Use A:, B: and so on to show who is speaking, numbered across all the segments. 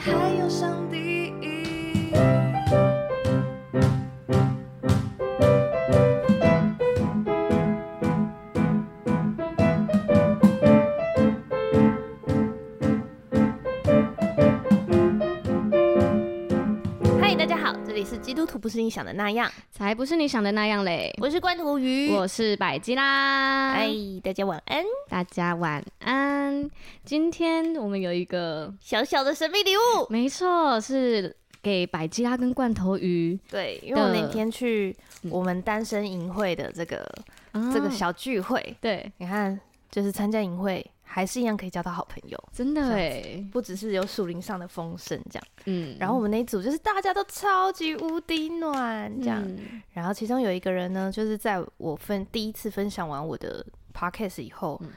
A: 还有上帝。
B: 嗨，大家好，这里是基督徒不是你想的那样，
C: 才不是你想的那样嘞！
B: 我是关图鱼。
C: 我是百吉啦，
B: 哎，大家晚安。
C: 大家晚安。今天我们有一个，
B: 小小的神秘礼物，
C: 没错，是给百吉拉跟罐头鱼、
B: 对，因为我
C: 的
B: 那天去
C: 嗯
B: 我们单身营会的这个、
C: 啊
B: 这个小聚会，
C: 对，
B: 你看，就是参加营会还是一样可以交到好朋友，
C: 真的
B: 这
C: 哎，
B: 不只是有属灵上的丰盛这样。
C: 嗯，
B: 然后我们那一组就是大家都超级无敌暖这样，
C: 嗯
B: 然后其中有一个人呢，就是在我分第一次分享完我的 podcast 以后，
C: 嗯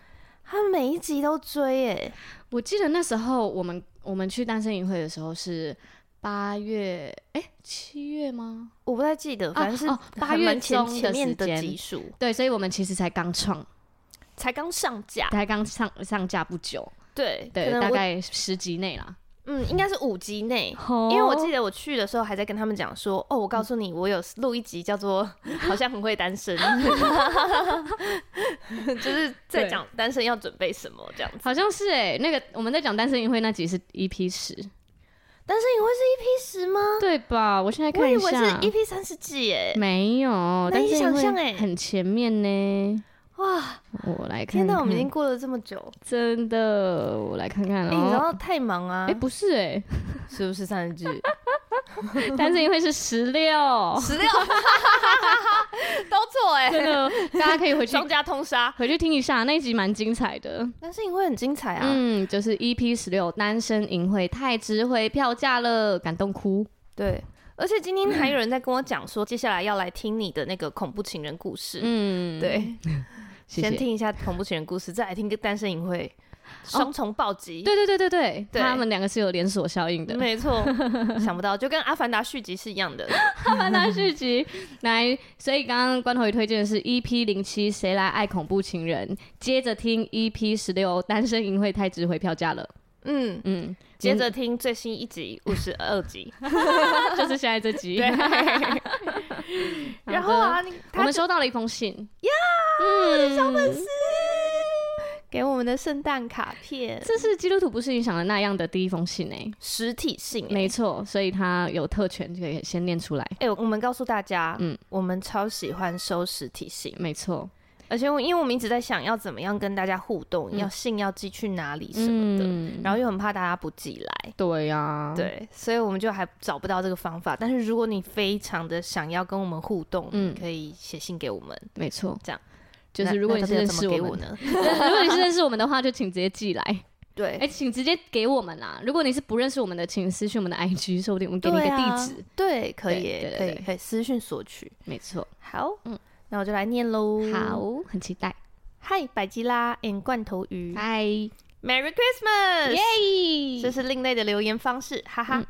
B: 他每一集都追耶，
C: 我记得那时候我们我们去单身营会的时候是八月，哎，七月吗？
B: 我不太记得，反正是
C: 哦八
B: 很
C: 月
B: 蛮前
C: 中的
B: 前面的
C: 时间
B: 集数
C: 对，所以我们其实才刚创，
B: 才刚上架，
C: 才刚上上架不久，
B: 对可
C: 对，
B: 能
C: 大
B: 我
C: 概十集内啦。
B: 嗯应该是五集内。
C: 因
B: 因为我
C: 哦
B: 记得我去的时候还在跟他们讲说，哦，我
C: 嗯
B: 告诉你，我有录一集叫做《好像很会单身》， 就是在
C: 对
B: 讲单身要准备什么这样子。
C: 好像是哎、那个我们在讲单身营会那集是 EP 十，
B: 单身营会是 EP 十吗？
C: 对吧？我现在
B: 哦我
C: 看
B: 以
C: 一
B: 为是
C: 下，
B: EP 三十几哎，
C: 没有，
B: 难
C: 但
B: 以
C: 是
B: 想象欸
C: 很前面呢。
B: 哇，
C: 我来
B: 天
C: 看看，哦
B: 哪，我们已经过了这么久，
C: 真的，我来看看
B: 哎、你知
C: 哦。
B: 道太忙啊，
C: 哎、不是哎、
B: 是不是三十几？
C: 单身营会是十六，
B: 十六， 都错哎、
C: 真的，大家可以回去
B: 双家通杀。
C: 回去听一下，那一集蛮精彩的。
B: 但是你会很精彩啊，
C: 嗯，就是 EP 十六单身营会太值回票价了，感动哭。
B: 对。而且今天还有人在跟我讲说，接下来要来听你的那个恐怖情人故事。
C: 嗯，，
B: 对，
C: 谢
B: 先
C: 谢。
B: 听一下恐怖情人故事，再来听个单身淫会，双重暴击。
C: 对对对对对，
B: 对
C: 他们两个是有连锁效应的。
B: 没错，想不到，就跟《阿凡达》续集是一样的。
C: 阿凡达续集来，所以刚刚关头鱼推荐的是 EP 零七《谁来爱恐怖情人》，接着听 EP 十六《单身淫会太值回票价了》。
B: 嗯，
C: 嗯，
B: 接着听最新一集五十二集。
C: 就是现在这集。
B: 对，然后啊，你
C: 我
B: 他
C: 们收到了一封信呀，嗯，小粉丝，
B: 给我们的圣诞卡片，
C: 这是基督徒不是你想的那样的第一封信诶、
B: 实体信欸。
C: 没错，所以他有特权，就可以先念出来。
B: 哎、我们告诉大家，嗯
C: 嗯，
B: 我们超喜欢收实体信，
C: 没错，
B: 而且我因为我们一直在想要怎么样跟大家互动，
C: 嗯
B: 要信要寄去哪里什么的，
C: 嗯
B: 然后又很怕大家不寄来，
C: 对呀、
B: 对，啊所以我们就还找不到这个方法。但是如果你非常的想要跟我们互动，
C: 嗯
B: 嗯，可以写信给我们。
C: 没错，
B: 这样。
C: 就是
B: 那
C: 如果
B: 那到
C: 你
B: 底
C: 是
B: 要
C: 认
B: 怎么
C: 识我
B: 给
C: 们
B: 我， 呢？
C: 如果你是认识我们的话，就请直接寄来。
B: 对，
C: 哎、请直接给我们啦！如果你是不认识我们的，请私讯我们的 IG，说不定我们给你一
B: 对
C: 个
B: 啊
C: 地址。，
B: 对，可以
C: 对
B: 耶，
C: 对
B: 可以
C: 对，对
B: 可以私讯索取。
C: 没错，
B: 好，嗯
C: 嗯，
B: 那我就来念喽。
C: 好，很期待。
B: 嗨，百吉拉 and 罐头鱼
C: 拜，耶！
B: ，Merry Christmas！这
C: 这
B: 嗯是另类的留言方式，哈
C: 嗯
B: 哈。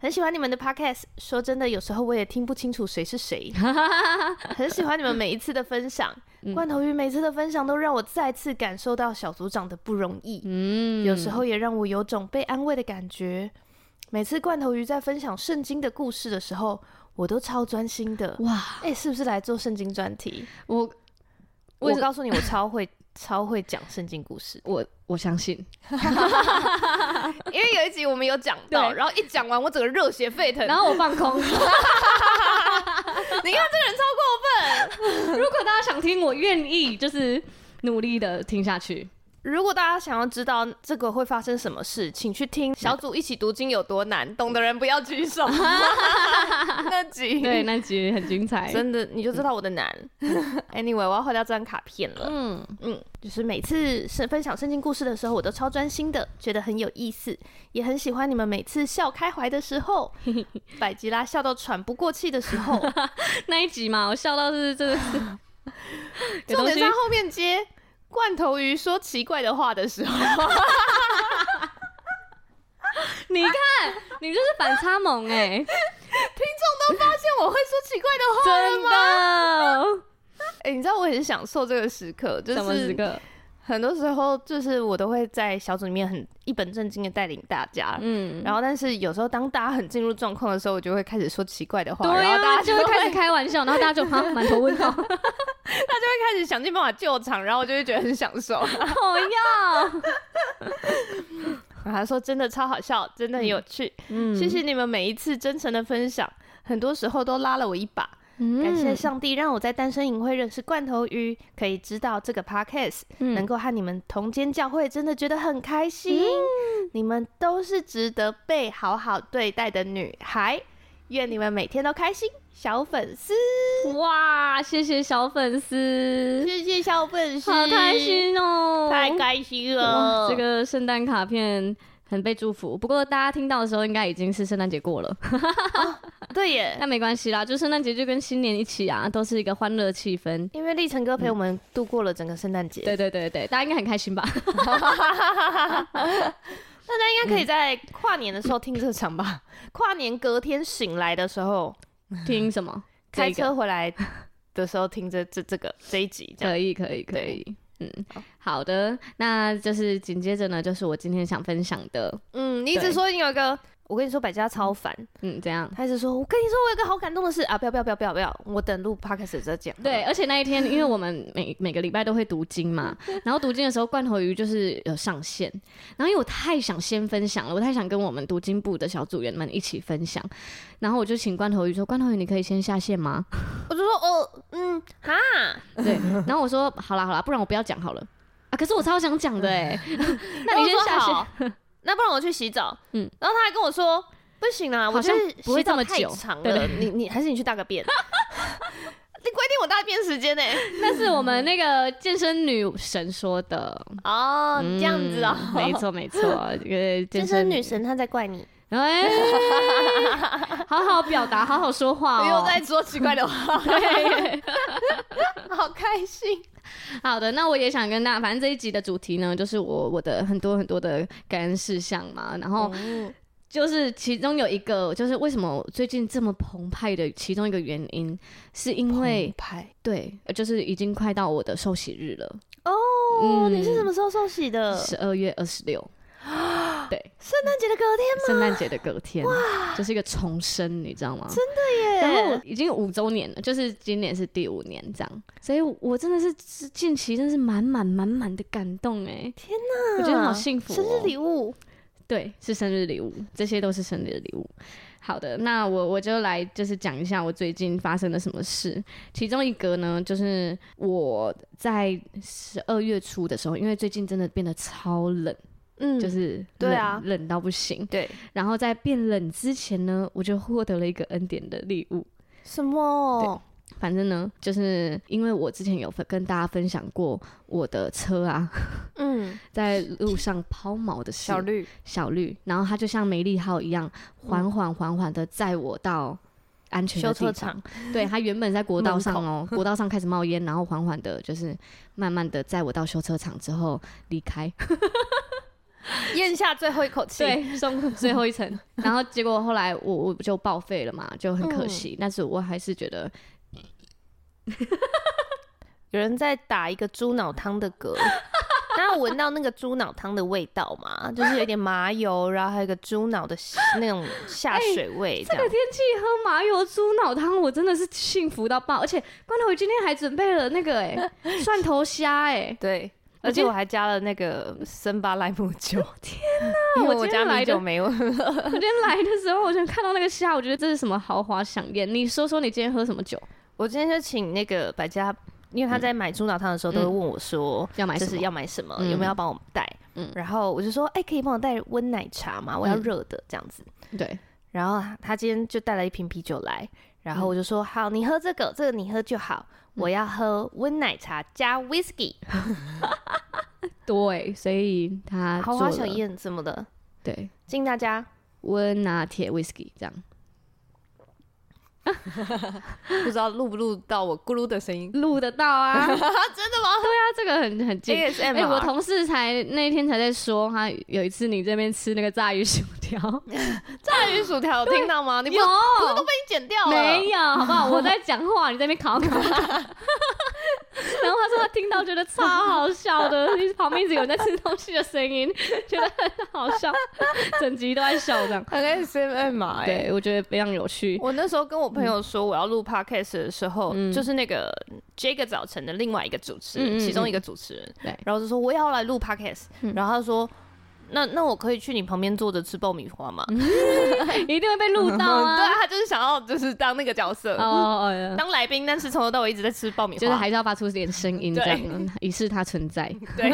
B: 很喜欢你们的 podcast，说真的，有时候我也听不清楚谁是 谁。很喜欢你们每一次的分享，
C: 嗯
B: 罐头鱼每次的分享都让我再次感受到小组长的不容易，
C: 嗯
B: 有时候也让我有种被安慰的感觉。每次罐头鱼在分享圣经的故事的时候，我都超专心的。
C: 哇，
B: 哎、是不是来做圣经专题？
C: 我
B: 我
C: 我
B: 告诉你，我超会超会讲圣经故事，
C: 我我 相信，
B: 因为有一集我们有讲到，
C: 对
B: 然后一讲完我整个热血沸腾，
C: 然后我放空。
B: 你看这个人超过分。
C: 如果大家想听，我愿意就是努力的听下去。
B: 如果大家想要知道这个会发生什么事，请去听小组一起读经有多难，懂的人不要举 手。那集
C: 对，那集很精彩。
B: 真的你就知道我的难。anyway，我要回到这张卡片了。
C: 嗯，
B: 嗯，就是每次是分享圣经故事的时候，我都超专心的，觉得很有意思，也很喜欢你们每次笑开怀的时 候，百吉拉笑到喘不过气的时 候，
C: 那一集嘛，我笑到是真的是有
B: 重
C: 东
B: 点
C: 西
B: 是他后面接罐头鱼说奇怪的话的时 候。
C: 你看，你就是反差萌 哎、
B: 听众都发现我会说奇怪的话了
C: 真
B: 吗？
C: 的，
B: 哎、你知道我很享受这个时刻，就
C: 什么时
B: 是
C: 刻？
B: 很多时候就是我都会在小组里面很一本正经的带领大家，
C: 嗯，
B: 然后但是有时候当大家很进入状况的时候，我就会开始说奇怪的话，
C: 对
B: 然后大
C: 啊，
B: 家
C: 就
B: 会
C: 会开始开玩笑，然后大家就哈满头问号，
B: 开始想尽办法救场，然后我就会觉得很享受。
C: 讨厌。
B: 然后他说真的超好笑，真的很有趣，
C: 嗯
B: 谢谢你们每一次真诚的分享，很多时候都拉了我一把。感谢上帝让我在单身营会认识罐头鱼，可以知道这个 podcast，、能够和你们同间教会，真的觉得很开心。你们都是值得被好好对待的女孩，愿你们每天都开心。小粉丝，
C: 嗯哇，谢谢小粉 丝，
B: 谢谢小粉丝，
C: 好开，心哦，
B: 太开心了
C: 哇。这个圣诞卡片很被祝福，不过大家听到的时候应该已经是圣诞节过 了，
B: 对耶，
C: 但没关系啦，就圣诞节就跟新年一起啊，都是一个欢乐气氛。
B: 因为立成哥陪我们度过了整个圣诞节，
C: 对对对对，大家应该很开心吧？
B: 大家应该可以在跨年的时候听这场吧。跨年隔天醒来的时候，
C: 听什么？
B: 开
C: 这个
B: 车回来的时候听着这这个这一集， 这样
C: 可以，可以，可以。嗯，好的，那就是紧接着呢，就是我今天想分享的，
B: 嗯，你一直
C: 对
B: 说你有一个，我跟你说百家超烦，
C: 嗯，这样。
B: 他一直说我跟你说我有一个好感动的事啊，不要不要不要不要不要，我等录 podcast 再讲。
C: 对，，而且那一天，因为我们每 每个礼拜都会读经嘛，然后读经的时候，罐头鱼就是有上线。然后因为我太想先分享了，我太想跟我们读经部的小组员们一起分享，然后我就请罐头鱼说：“罐头鱼，你可以先下线吗
B: 我就说哦，嗯，哈，？”
C: 对，然后我说：“好啦好啦，不然我不要讲好了。”啊，可是我超想讲的哎、
B: 那
C: 你先下线
B: 线，那不然我去洗澡。嗯
C: 嗯，
B: 然后他还跟我说不行啊，我
C: 好
B: 觉
C: 像
B: 得
C: 不会
B: 洗澡
C: 这么
B: 太
C: 久
B: 长
C: 对
B: 了，你你还是你去大个 便。你规定我大便时间呢、
C: 那是我们那个健身女神说的。
B: 哦，这样子哦，
C: 嗯没。错没错，这个
B: 健
C: 健
B: 身
C: 身
B: 女，神她在怪你，
C: 哎， 好好表达，好好说话哦。
B: 说奇怪的 话，
C: 对，
B: 好开心。
C: 好的，那我也想跟大家，反正这一集的主题呢，就是我我的很多很多的感恩事项嘛，然后
B: 嗯
C: 就是其中有一个，就是为什么我最近这么澎湃的其中一个原因，是因为
B: 拍
C: 对，呃就是已经快到我的受洗日了，
B: 哦，
C: 嗯
B: 你是什么时候受洗的？
C: 十二月二十六，对，
B: 圣诞节的隔天
C: 圣诞节的隔天，就是一个重生，你知道吗？
B: 耶，
C: 然后我已经五周年了，就是今年是第五年这样，所以我真的是是近期真是满满满满的感动哎、天哪我觉得好幸福、哦。
B: 生日礼物，
C: 对，是生日礼物，这些都是生日礼物。好的，那我我就来就是讲一下我最近发生了什么事。其中一个呢，就是我在十二月初的时候，因为最近真的变得超冷，
B: 嗯
C: 就是
B: 对啊
C: 冷冷到不行。
B: 对
C: 然后在变冷之前呢，我就获得了一个恩典的礼物。
B: 什么？
C: 反正呢，就是因为我之前有分跟大家分享过我的车啊，
B: 嗯，
C: 在路上抛锚的事，
B: 绿，嗯
C: 小绿，然后它就像梅利号一样，缓缓缓缓的载我到安全的
B: 修车
C: 地
B: 厂
C: 方。对，它原本在国道
B: 门
C: 上哦，国道上开始冒烟，然后缓缓的，就是慢慢的载我到修车厂之后离 开。
B: 咽下最后一口气，
C: 对，送最后一层。然后结果后来我我就报废了嘛，就很可
B: 嗯
C: 惜。但是我还是觉得
B: 有人在打一个猪脑汤的 嗝，大家有闻到那个猪脑汤的味道嘛？就是有点麻油，然后还有一个猪脑的 那种下水味，哎这
C: 这
B: 样
C: 个天气喝麻油猪脑汤，我真的是幸福到爆。而且关头鱼今天还准备了那个哎、 蒜头虾哎、
B: 对。
C: 我
B: 而且
C: 今
B: 我还加了那个森巴莱姆酒，天
C: 哪
B: 因为
C: 我
B: 我
C: 今天
B: 家
C: 来
B: 米
C: 的
B: 酒没有。
C: 我今天来的时候，我就看到那个虾，我觉得这是什么豪华飨宴。你说说你今天喝什么酒？
B: 我今天就请那个百家，因为他在买猪脑汤的时候都会问我说，
C: 要买
B: 就
C: 什么？
B: 是嗯要买什么，
C: 嗯
B: 有没有要帮我们带？
C: 嗯
B: 然后我就说，哎、可以帮我带温奶茶吗？我要
C: 嗯
B: 热的这样子。
C: 对，
B: 然后他今天就带了一瓶啤酒来，然后我就说，好，你喝这个，这个你喝就好。我要喝温奶茶加 whisky，
C: 对，所以他
B: 豪
C: 做
B: 华
C: 了
B: 小宴怎么的，
C: 对
B: 敬大家。
C: 温拿铁 whisky 这样。？
B: 不知道录不录到我咕噜的声 音
C: 录得到啊！ 对啊，
B: 真的吗啊
C: 这个很很近。
B: ？ASM
C: 哎、我同事才那天才在说，他有一次你这边吃那个炸鱼薯条，
B: 大鱼薯条有听到吗？你不
C: 有
B: 不是都被你剪掉了？
C: 没有，好不好？我在讲话，你在那边考考。然后他说他听到觉得超好笑的，就是旁边一直有人在吃东西的声音，觉得很好笑，整集都在笑这样。
B: 很 S M M 嘛、欸。
C: 对，我觉得非常有趣。
B: 我那时候跟我朋
C: 嗯
B: 友说我要录 podcast 的时候，就是那个这个早晨的另外一个主持人，
C: 嗯嗯嗯
B: 其中一个主持人，
C: 对嗯
B: 然后就说我也要来录 podcast，、然后他说。那那我可以去你旁边坐着吃爆米花吗？
C: 嗯一定会被录到
B: 嗯， 对嗯
C: 啊
B: 啊！，他就是想要就是当那个角色，
C: 哦哦哦，
B: 当来宾，但是从头到尾一直在吃爆米花，
C: 就是还是要发出点声音这样，以示它存在。
B: 对，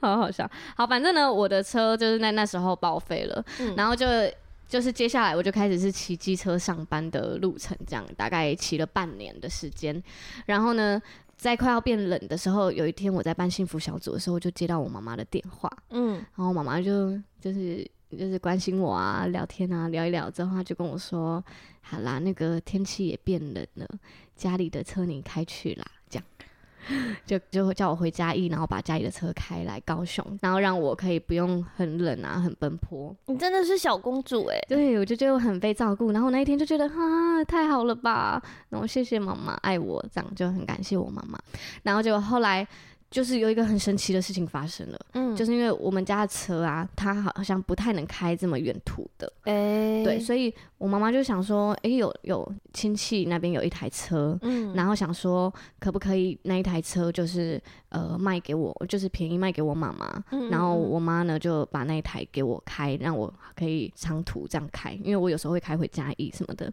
C: 好好笑。好，反正呢，我的车就是在那时候报废了，
B: 嗯
C: 然后就就是接下来我就开始是骑机车上班的路程，这样大概骑了半年的时间。然后呢，在快要变冷的时候，有一天我在办幸福小组的时候，就接到我妈妈的电话，
B: 嗯，
C: 然后妈妈就就是就是关心我啊，聊天啊，聊一聊之后，她就跟我说：“好啦，那个天气也变冷了，家里的车你开去啦。”这样， 就就叫我回嘉义，然后把家里的车开来高雄，然后让我可以不用很冷啊，很奔波。
B: 你真的是小公主哎、
C: 对我就觉得我很被照顾，然后我那一天就觉得啊，太好了吧，然后谢谢妈妈爱我，这样就很感谢我妈妈。然后结果后来就是有一个很神奇的事情发生了。
B: 嗯，
C: 就是是因为我们家的车啊，它好像不太能开这么远途的，
B: 哎、
C: 对，，所以我妈妈就想说，诶，有有亲戚那边有一台车，
B: 嗯
C: 然后想说可不可以那一台车就是呃卖给我，就是便宜卖给我妈妈，
B: 嗯
C: 然后我妈呢就把那一台给我开，让我可以长途这样开，因为我有时候会开回嘉义什么的。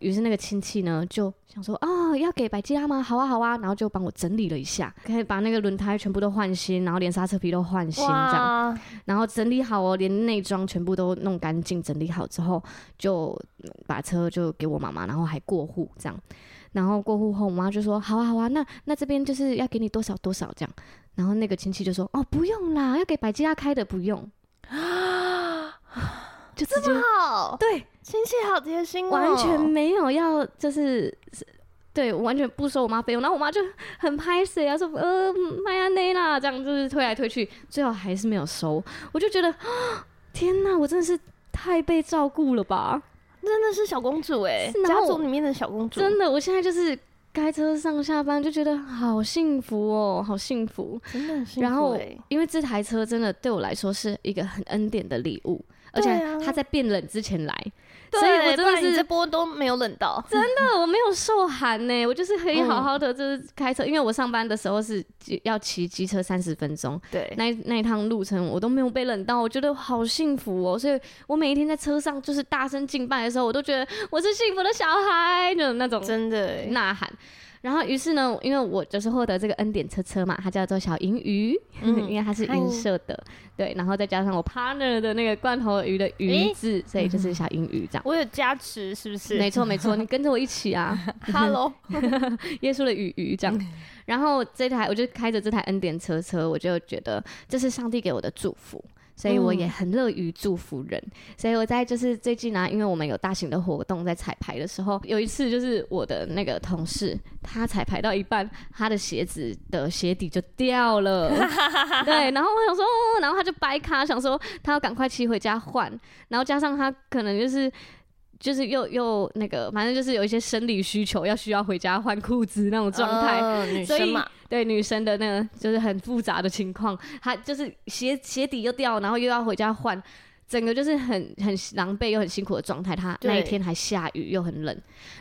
C: 于是那个亲戚呢就想说，哦，要给百吉拉吗？好啊，好啊，然后就帮我整理了一下，可以把那个轮胎全部都换新，然后连刹车皮都换新这样。
B: 哇，
C: 然后整理好哦，连内装全部都弄干净，整理好之后就嗯把车就给我妈妈，然后还过户这样。然后过户后，我妈就说：“好啊，好啊，那那这边就是要给你多少多少这样。”然后那个亲戚就说：“哦，不用啦，要给百吉拉开的不用。”就直接
B: 好，
C: 对，
B: 亲戚好贴心、哦，
C: 完全没有要就是。是对，完全不收我妈费用，然后我妈就很拍谁啊，说呃麦安内啦，这样就是推来推去，最后还是没有收，我就觉得啊天哪，我真的是太被照顾 了吧，
B: 真的是小公主哎、
C: 是然
B: 家
C: 后
B: 族里面的小公主，
C: 真的，我现在就是开车上下班就觉得好幸福哦，好幸福。
B: 真的很幸福、欸。
C: 然后因为这台车真的对我来说是一个很恩典的礼物，而且
B: 对啊
C: 它在变冷之前来，
B: 对，
C: 所以我真
B: 不
C: 的
B: 然你
C: 是
B: 这波都没有冷到，
C: 真的我没有受寒呢、我就是可以
B: 哦
C: 好好的，就是开车，因为我上班的时候是机要骑机车三十分钟，
B: 对，
C: 那一那一趟路程我都没有被冷到，我觉得好幸福哦、所以我每一天在车上就是大声敬拜的时候，我都觉得我是幸福的小孩的那种
B: 真的、欸，
C: 呐喊。然后，于是呢，因为我就是获得这个恩典车车嘛，它叫做小银鱼，
B: 嗯
C: 因为它是银色的，对。然后再加上我 partner 的那个罐头鱼的鱼
B: 诶
C: 字，所以就是小银鱼这样。
B: 我有加持是不是
C: 没错，没错，你跟着我一起啊。
B: ？Hello，
C: 耶稣的雨雨这样。然后这台我就开着这台恩典车车，我就觉得这是上帝给我的祝福。所以我也很乐于祝福人，所以我在就是最近啊，因为我们有大型的活动，在彩排的时候，有一次就是我的那个同事，他彩排到一半，他的鞋子的鞋底就掉了，对，然后我想说，哦，然后他就掰卡，想说他要赶快骑回家换，然后加上他可能就是就是又又那个，反正就是有一些生理需求，要需要回家换裤子那种状态。
B: 嗯 女
C: 所
B: 生
C: 以
B: 嘛，
C: 对女生的那个就是很复杂的情况，她就是鞋鞋底又掉，然后又要回家换，整个就是很很狼狈又很辛苦的状态。她
B: 对
C: 那一天还下雨又很冷，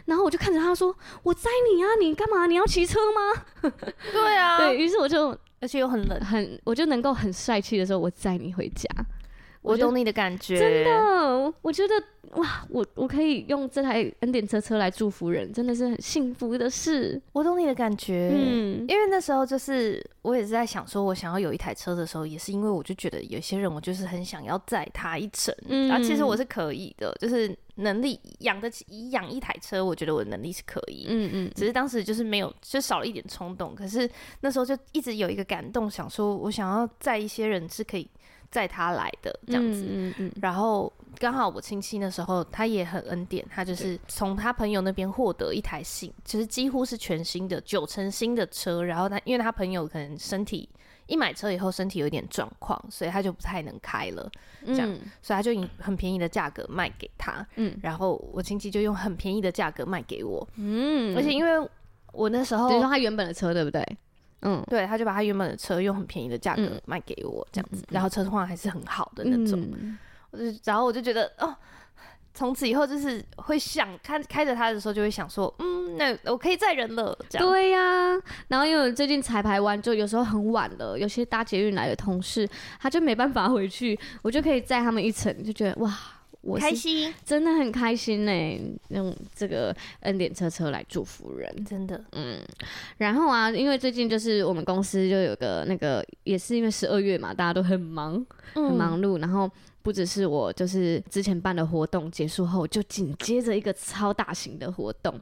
C: 然后我就看着她说：“我载你啊，你干嘛？你要骑车吗
B: 对？”啊，
C: 对于是我就
B: 而且又很冷，
C: 很我就能够很帅气的说：“我载你回家。”
B: 我
C: 我觉得
B: 懂你的感觉，
C: 真的，我觉得哇，我我可以用这台恩典车车来祝福人，真的是很幸福的事。
B: 我懂你的感觉，
C: 嗯，
B: 因为那时候就是我也是在想，说我想要有一台车的时候，也是因为我就觉得有些人我就是很想要载他一程，
C: 嗯
B: 然后其实我是可以的，就是能力养得起以养一台车，我觉得我的能力是可以，
C: 嗯嗯，
B: 只是当时就是没有，就少了一点冲动。可是那时候就一直有一个感动，想说我想要载一些人是可以载他来的这样子，
C: 嗯嗯
B: 然后刚好我亲戚那时候他也很恩典，他就是从他朋友那边获得一台新，就是几乎是全新的九成新的车。然后他因为他朋友可能身体一买车以后身体有一点状况，所以他就不太能开了，
C: 嗯，
B: 这样所以他就以很便宜的价格卖给他。
C: 嗯
B: 然后我亲戚就用很便宜的价格卖给我，
C: 嗯，
B: 而且因为我那时候
C: 等于说他原本的车对不对？嗯
B: 对，他就把他原本的车用很便宜的价格
C: 嗯
B: 卖给我，这样子，然后车况还是很好的那种。
C: 嗯
B: 我就然后我就觉得哦，从此以后就是会想看开着它的时候就会想说，嗯，那我可以载人了，这样。
C: 对呀、然后因为我最近彩排完，就有时候很晚了，有些搭捷运来的同事，他就没办法回去，我就可以载他们一程，就觉得哇，我
B: 开
C: 是
B: 心，
C: 真的很开心呢、用这个恩典车车来祝福人。
B: 真的，
C: 嗯，然后啊，因为最近就是我们公司就有个那个，也是因为十二月嘛，大家都很忙，很
B: 嗯
C: 忙碌，然后。不只是我，就是之前办的活动结束后，就紧接着一个超大型的活动，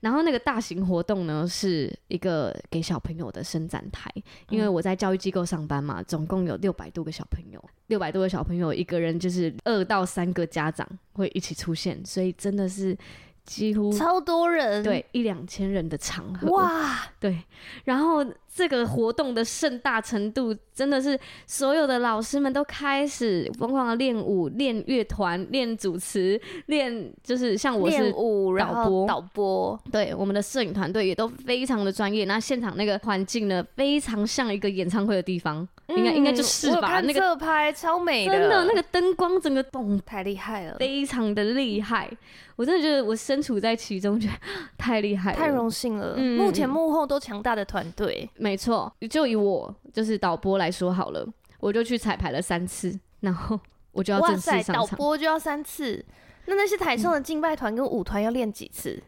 C: 然后那个大型活动呢是一个给小朋友的伸展台，因
B: 嗯
C: 为我在教育机构上班嘛，总共有六百多个小朋友，六百多个小朋友一个人就是二到三个家长会一起出现，所以真的是几乎
B: 超多人，
C: 对，一两千人的场合，
B: 哇，
C: 对，然后这个活动的盛大程度，真的是所有的老师们都开始疯狂的练舞、练乐团、练主持、练，就是像我
B: 练
C: 是。
B: 舞，然
C: 导
B: 后
C: 播
B: 导播，
C: 对我们的摄影团队也都非常的专业，那现场那个环境呢，非常像一个演唱会的地方，应该应该就是
B: 嗯我有
C: 吧？
B: 看
C: 那个
B: 侧拍超美
C: 真的
B: 的
C: 那个灯光整个咚
B: 太厉害了，
C: 非常的厉害，我真的觉得我身处在其中，觉得 太厉害了，
B: 太荣幸了。
C: 嗯
B: 目前
C: 嗯
B: 幕后都强大的团队，
C: 没错，就以我就是导播来说好了，我就去彩排了三次，然后我就要
B: 哇
C: 正式
B: 塞，
C: 上
B: 导
C: 场。嗯
B: 播就要三次。那那些台上的敬拜团跟舞团要练几次？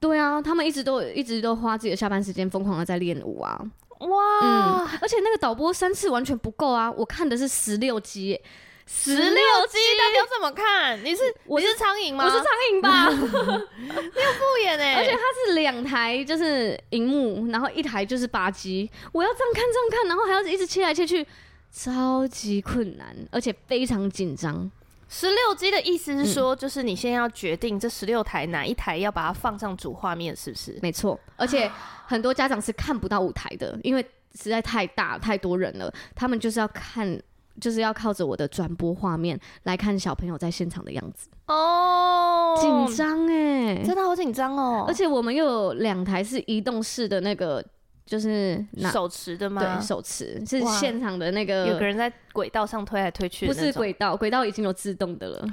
C: 对啊，他们一直都一直都花自己的下班时间疯狂的在练舞啊，
B: 哇，
C: 而且那个导播三次完全不够啊，我看的是十六集耶，
B: 十六集到底要怎么看？你是
C: 我
B: 你是苍蝇吗？
C: 我是苍蝇吧？
B: 不演哎，
C: 而且它是两台就是荧幕，然后一台就是八 G，我要这样看这样看，然后还要一直切来切去，超级困难，而且非常紧张。
B: 十六 G 的意思是说，就是你先要决定这十六台哪一台要把它放上主画面，是不是？
C: 没错，而且很多家长是看不到舞台的，因为实在太大太多人了，他们就是要看。就是要靠着我的转播画面来看小朋友在现场的样子，
B: 哦
C: 紧，张哎！
B: 真的好紧张哦。
C: 而且我们又有两台是移动式的那个，就是拿
B: 手呃持的吗？
C: 对手持，是
B: 哇
C: 现场的那
B: 有个
C: 个，
B: 人在轨道上推来推去，
C: 不是，轨道，轨道已经有自动的了，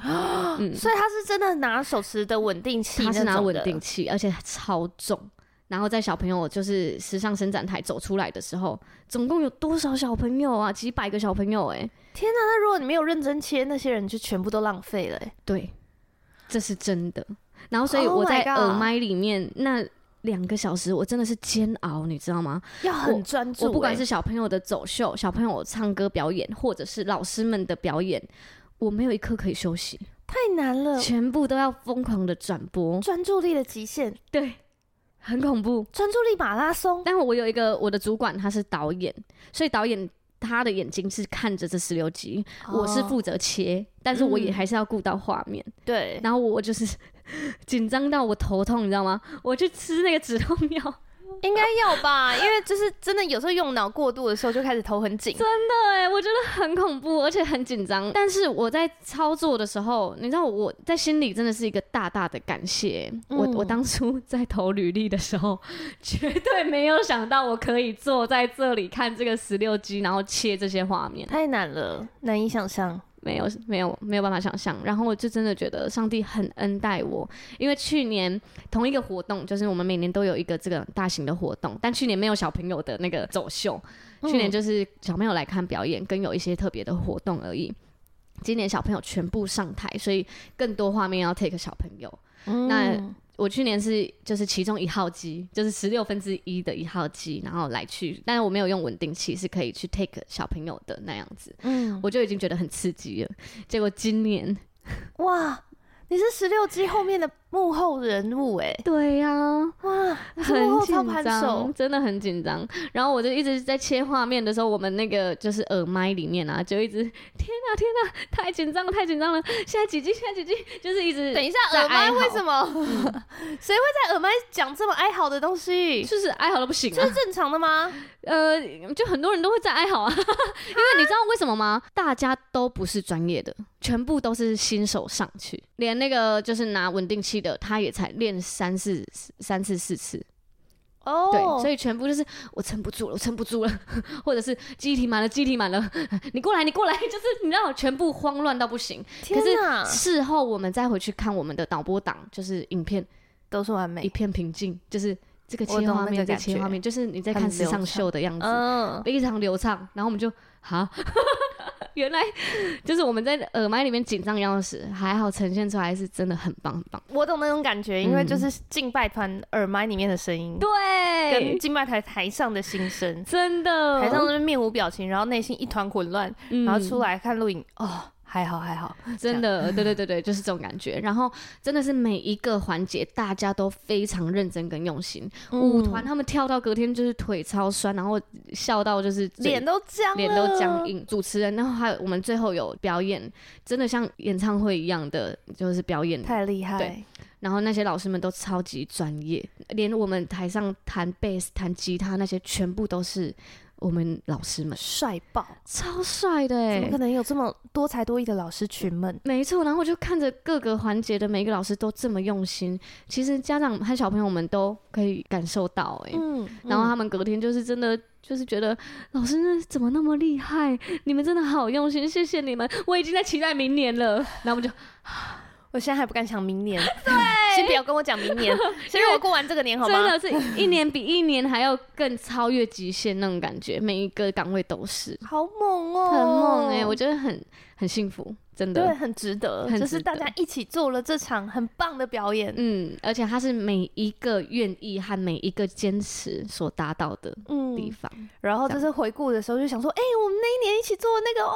C: 嗯，
B: 所以他是真的拿手持的稳定器，
C: 它是拿稳定，器，而且超重。然后在小朋友就是时尚伸展台走出来的时候，总共有多少小朋友啊？几百个小朋友哎、
B: 那如果你没有认真切，那些人就全部都浪费了、欸。
C: 对，这是真的。然后所以
B: Oh
C: 我
B: my
C: 在
B: God
C: 耳麦里面那两个小时，我真的是煎熬，你知道吗？
B: 要很
C: 我
B: 专注、
C: 我不管
B: 欸
C: 是小朋友的走秀、小朋友唱歌表演，或者是老师们的表演，我没有一刻可以休息，
B: 太难了，
C: 全部都要疯狂的转播，
B: 专注力的极限，
C: 对，很恐怖。
B: 专注力马拉松。
C: 但我有一个我的主管，他是导演，所以导演他的眼睛是看着这十六集，我是
B: 哦嗯
C: 负责切，但是我也还是要顾到画面。
B: 对，
C: 然后我就是紧张到我头痛，你知道吗？我去吃那个止痛药，
B: 应该要吧， 因为就是真的有时候用脑过度的时候就开始头很紧。
C: 对，我觉得很恐怖，而且很紧张。但是我在操作的时候，你知道我在心里真的是一个大大的感谢。我我
B: 嗯
C: 当初在投履历的时候，绝对没有想到我可以坐在这里看这个十六 G，然后切这些画面。
B: 太难了，难以想象。
C: 没有没有没有办法想象。然后我就真的觉得上帝很恩待我，因为去年同一个活动，就是我们每年都有一个这个大型的活动，但去年没有小朋友的那个走秀，去年就是小朋友来看表演，跟有一些特别的活动而已。今年小朋友全部上台，所以更多画面要 take 小朋友。那
B: 嗯
C: 我去年是就是其中一号机，就是十六分之一的一号机，然后来去，但是我没有用稳定器，是可以去 take 小朋友的那样子。
B: 嗯，
C: 我就已经觉得很刺激了。结果今年，
B: 哇，你是十六集后面的幕后人物哎、
C: 对呀、
B: 哇，你是幕
C: 很
B: 后操
C: 紧
B: 盘手
C: 张，，真的很紧张。然后我就一直在切画面的时候，我们那个就是耳麦里面啊，就一直天啊天啊，太紧张了，太紧张了，现在几集，现在几集，就是 一直
B: 等一下，
C: 在
B: 耳麦
C: 哀嚎
B: 为什么？ 谁会在耳麦讲这么哀嚎的东西？
C: 就是哀嚎的不行
B: 这
C: 啊
B: 是。正常的吗？
C: 呃，就很多人都会在哀嚎啊，因为你知道为什么吗？大家都不是专业的，全部都是新手上去，连那个就是拿稳定器的，他也才练三四三次四次。
B: 哦，
C: 对，所以全部就是我撑不住了，我撑不住了， 或者是记忆体满了，记忆体满了， 你过来，你过来， 就是你知道，全部慌乱到不行。
B: 天哪，
C: 事后我们再回去看我们的导播档，就是影片
B: 都是完
C: 一
B: 美，
C: 片平静，就是这个
B: 我
C: 切
B: 懂
C: 画
B: 那
C: 面，
B: 个
C: 这个
B: 感
C: 切画
B: 觉
C: 面，就是你在
B: 很
C: 看时
B: 流
C: 尚
B: 畅
C: 秀的样子，
B: 嗯，
C: 非常流畅。然后我们就哈， 原来 就是我们在耳麦里面紧张要死，还好呈现出来是真的很棒很棒。
B: 我懂那种感觉，因为
C: 嗯
B: 就是敬拜团耳麦里面的声音，跟
C: 对，
B: 敬拜台台上的心声，
C: 真的，
B: 台上都是面无表情，然后内心一团混乱，
C: 嗯
B: 然后出来看录影，哦，还好还好，
C: 真的，对对对对，就是这种感觉。然后真的是每一个环节大家都非常认真跟用心，舞
B: 嗯
C: 团他们跳到隔天就是腿超酸，然后笑到就是嘴
B: 脸都僵，
C: 脸都僵。硬。主持人，然后还有我们最后有表演，真的像演唱会一样的就是表演，
B: 太厉害
C: 对！然后那些老师们都超级专业，连我们台上弹贝斯、弹吉他那些全部都是我们老师们，
B: 帅爆！
C: 超帅的哎、
B: 怎么可能有这么多才多艺的老师群们？
C: 没错，然后我就看着各个环节的每一个老师都这么用心，其实家长和小朋友们都可以感受到哎、
B: 嗯，
C: 然后他们隔天就是真的就是觉得老师那怎么那么厉害，你们真的好用心，谢谢你们，我已经在期待明年了。然后我们就
B: 我现在还不敢想明 年，对，先不要跟我讲明年，先让我过完这个年好
C: 真
B: 吗？
C: 的是一年比一年还要更超越极限那种感觉，每一个岗位都是
B: 好猛哦，
C: 很猛哎、我觉得很很幸福，真
B: 对，
C: 的。
B: 很值得，
C: 很
B: 就是
C: 值
B: 大
C: 得
B: 家一起做了这场很棒的表演。
C: 嗯，而且它是每一个愿意和每一个坚持所达到的
B: 嗯，
C: 地方。
B: 然后
C: 这
B: 就
C: 样
B: 是回顾的时候就想说，哎、我们那一年一起做的那个哦，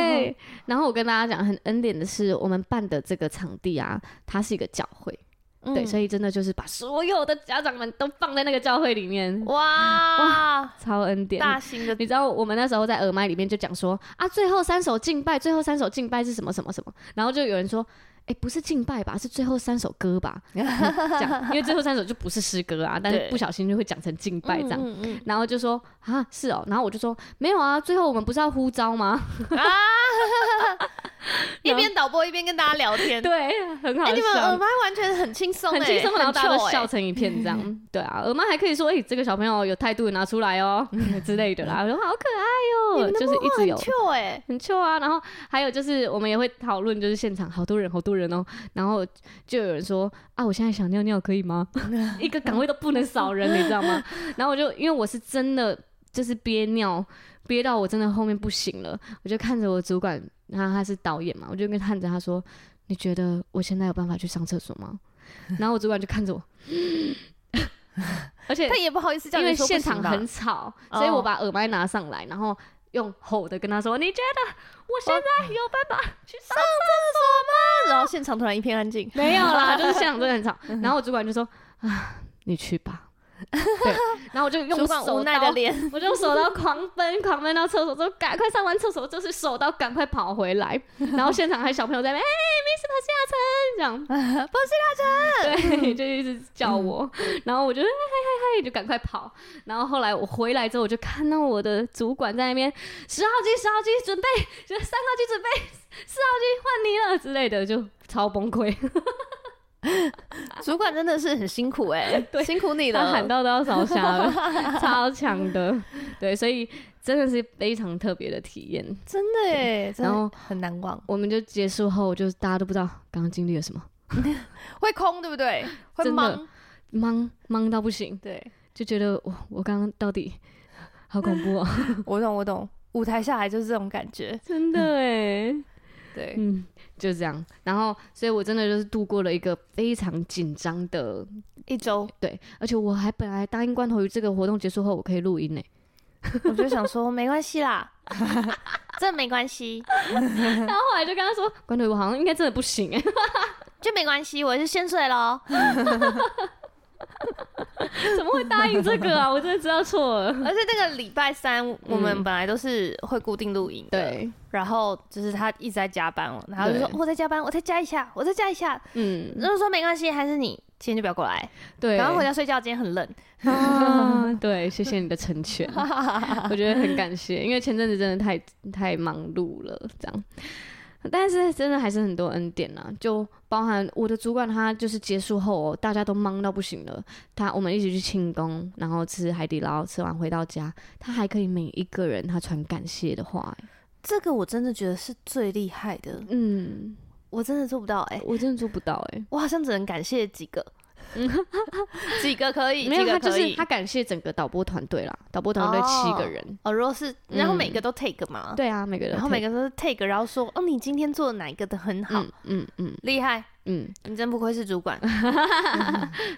C: 对，然后我跟大家讲，很恩典的是，我们办的这个场地啊，它是一个教会，
B: 嗯
C: 对，所以真的就是把所有的家长们都放在那个教会里面，
B: 嗯哇
C: 超恩典。
B: 大型的
C: 你知道我们那时候在耳麦里面就讲说啊，最后三首敬拜，最后三首敬拜是什么什么什么，然后就有人说。哎、不是敬拜吧，是最后三首 歌吧？这样，因为最后三首就不是诗歌啊，但是
B: 对
C: 不小心就会讲成敬拜这样。
B: 嗯嗯
C: 然后就说啊，是哦。然后我就说没有啊，最后我们不是要呼召吗？
B: 嗯啊， 一边导播一边跟大家聊天，
C: 对，很好
B: 哎、
C: 笑。
B: 你们耳麦完全很轻松、哎，
C: 很轻松，然后大家都
B: 很 chill
C: 笑
B: 哎
C: 成一片 这样。对啊，耳妈还可以说，哎、这个小朋友有态度，拿出来 哦之类的啦。我说好可
B: 你
C: 爱哦、
B: 们的
C: 就是一直有
B: 很 chill 哎、
C: 很 chill 啊。然后还有就是我们也会讨论，就是现场好多人好多人哦、然后就有人说啊，我现在想尿尿可以吗？ 一个岗位都不能少人，你知道吗？ 然后我就因为我是真的就是憋尿憋到我真的后面不行了，我就看着我主管，然后他是导演嘛，我就跟看着他说，你觉得我现在有办法去上厕所吗？然后我主管就看着我， 而且
B: 他也不好意思叫
C: 因为
B: 你说不
C: 现
B: 行
C: 场
B: 吧
C: 很吵，所以
B: 哦
C: 我把耳麦拿上来，然后用吼的跟他说：“你觉得我现在有办法 去上
B: 厕所吗？然后现场突然一片安静，
C: 没有啦， 就是现场真的很吵。
B: 嗯
C: 然后我主管就说：“啊，你去吧。” 对，然后我就用
B: 主
C: 手
B: 管
C: 刀，
B: 无奈的脸，
C: 我就用手刀狂奔，狂奔到厕所，说赶快上完厕所，就是手刀赶快跑回来。 然后现场还有小朋友在那边，哎、没事，他 是亚晨这样，不是亚晨，对，就一直叫我。然后我就哎嘿嘿嘿，就赶快跑。然后后来我回来之后，我就看到我的主管在那边，十号机，十号机准备，三号机准备，四号机换你了之类的，就超崩溃。
B: 主管真的是很辛苦哎、
C: 对
B: 辛苦你
C: 他
B: 了，
C: 喊到都要烧瞎 了，超强的，对，所以真的是非常特别的体验。
B: 真的哎、真
C: 然后
B: 的很难忘，
C: 我们就结束后，就大家都不知道刚刚经历了什么，
B: 会空对不 对？会
C: 真的
B: 忙，
C: 忙忙到不行，
B: 对。
C: 就觉得我我刚刚到底好恐怖哦，
B: 我懂，我懂，舞台下来就是这种感觉。
C: 真的哎，
B: 对，
C: 嗯，就这样。然后，所以我真的就是度过了一个非常紧张的，
B: 一周
C: 对，而且我还本来答应罐头鱼这个活动结束后我可以录 音呢，
B: 我就想说没关系啦， 这没关系，
C: 然后后来就跟他说，罐头鱼我好像应该真的不行哎，
B: 就没关系，我是先睡喽。
C: 怎么会答应这个啊？我真的知道错了。
B: 而且那个礼拜三我们本来都是会固定录影的，
C: 对，
B: 然后就是他一直在加班哦，然后就说
C: 对
B: 我在加班，我再加一下，我再加一下，
C: 嗯，
B: 然后说没关系，还是你今天就不要过来，
C: 对，
B: 赶快回家睡觉，今天很冷。
C: 啊， 对，谢谢你的成全，我觉得很感谢，因为前阵子真的太太忙碌了，这样。但是真的还是很多恩典呐、就包含我的主管，他就是结束后、哦，大家都忙到不行了，他我们一起去庆功，然后吃海底捞，吃完回到家，他还可以每一个人他传感谢的话、欸
B: 这个我真的觉得是最厉害的，
C: 嗯，
B: 我真的做不到哎、
C: 我真的做不到哎、
B: 我好像只能感谢几个，嗯几个可以，
C: 没
B: 几
C: 有，
B: 个
C: 他就
B: 可以
C: 是他感谢整个导播团队啦，导播团队七个人，
B: 哦，如果是，然后
C: 嗯
B: 每个都 take 嘛，
C: 对啊，每个人，
B: 然后每个都是 take，然后说哦，你今天做的哪一个的很好，
C: 嗯嗯嗯
B: 厉害，
C: 嗯，
B: 你真不愧是主 管。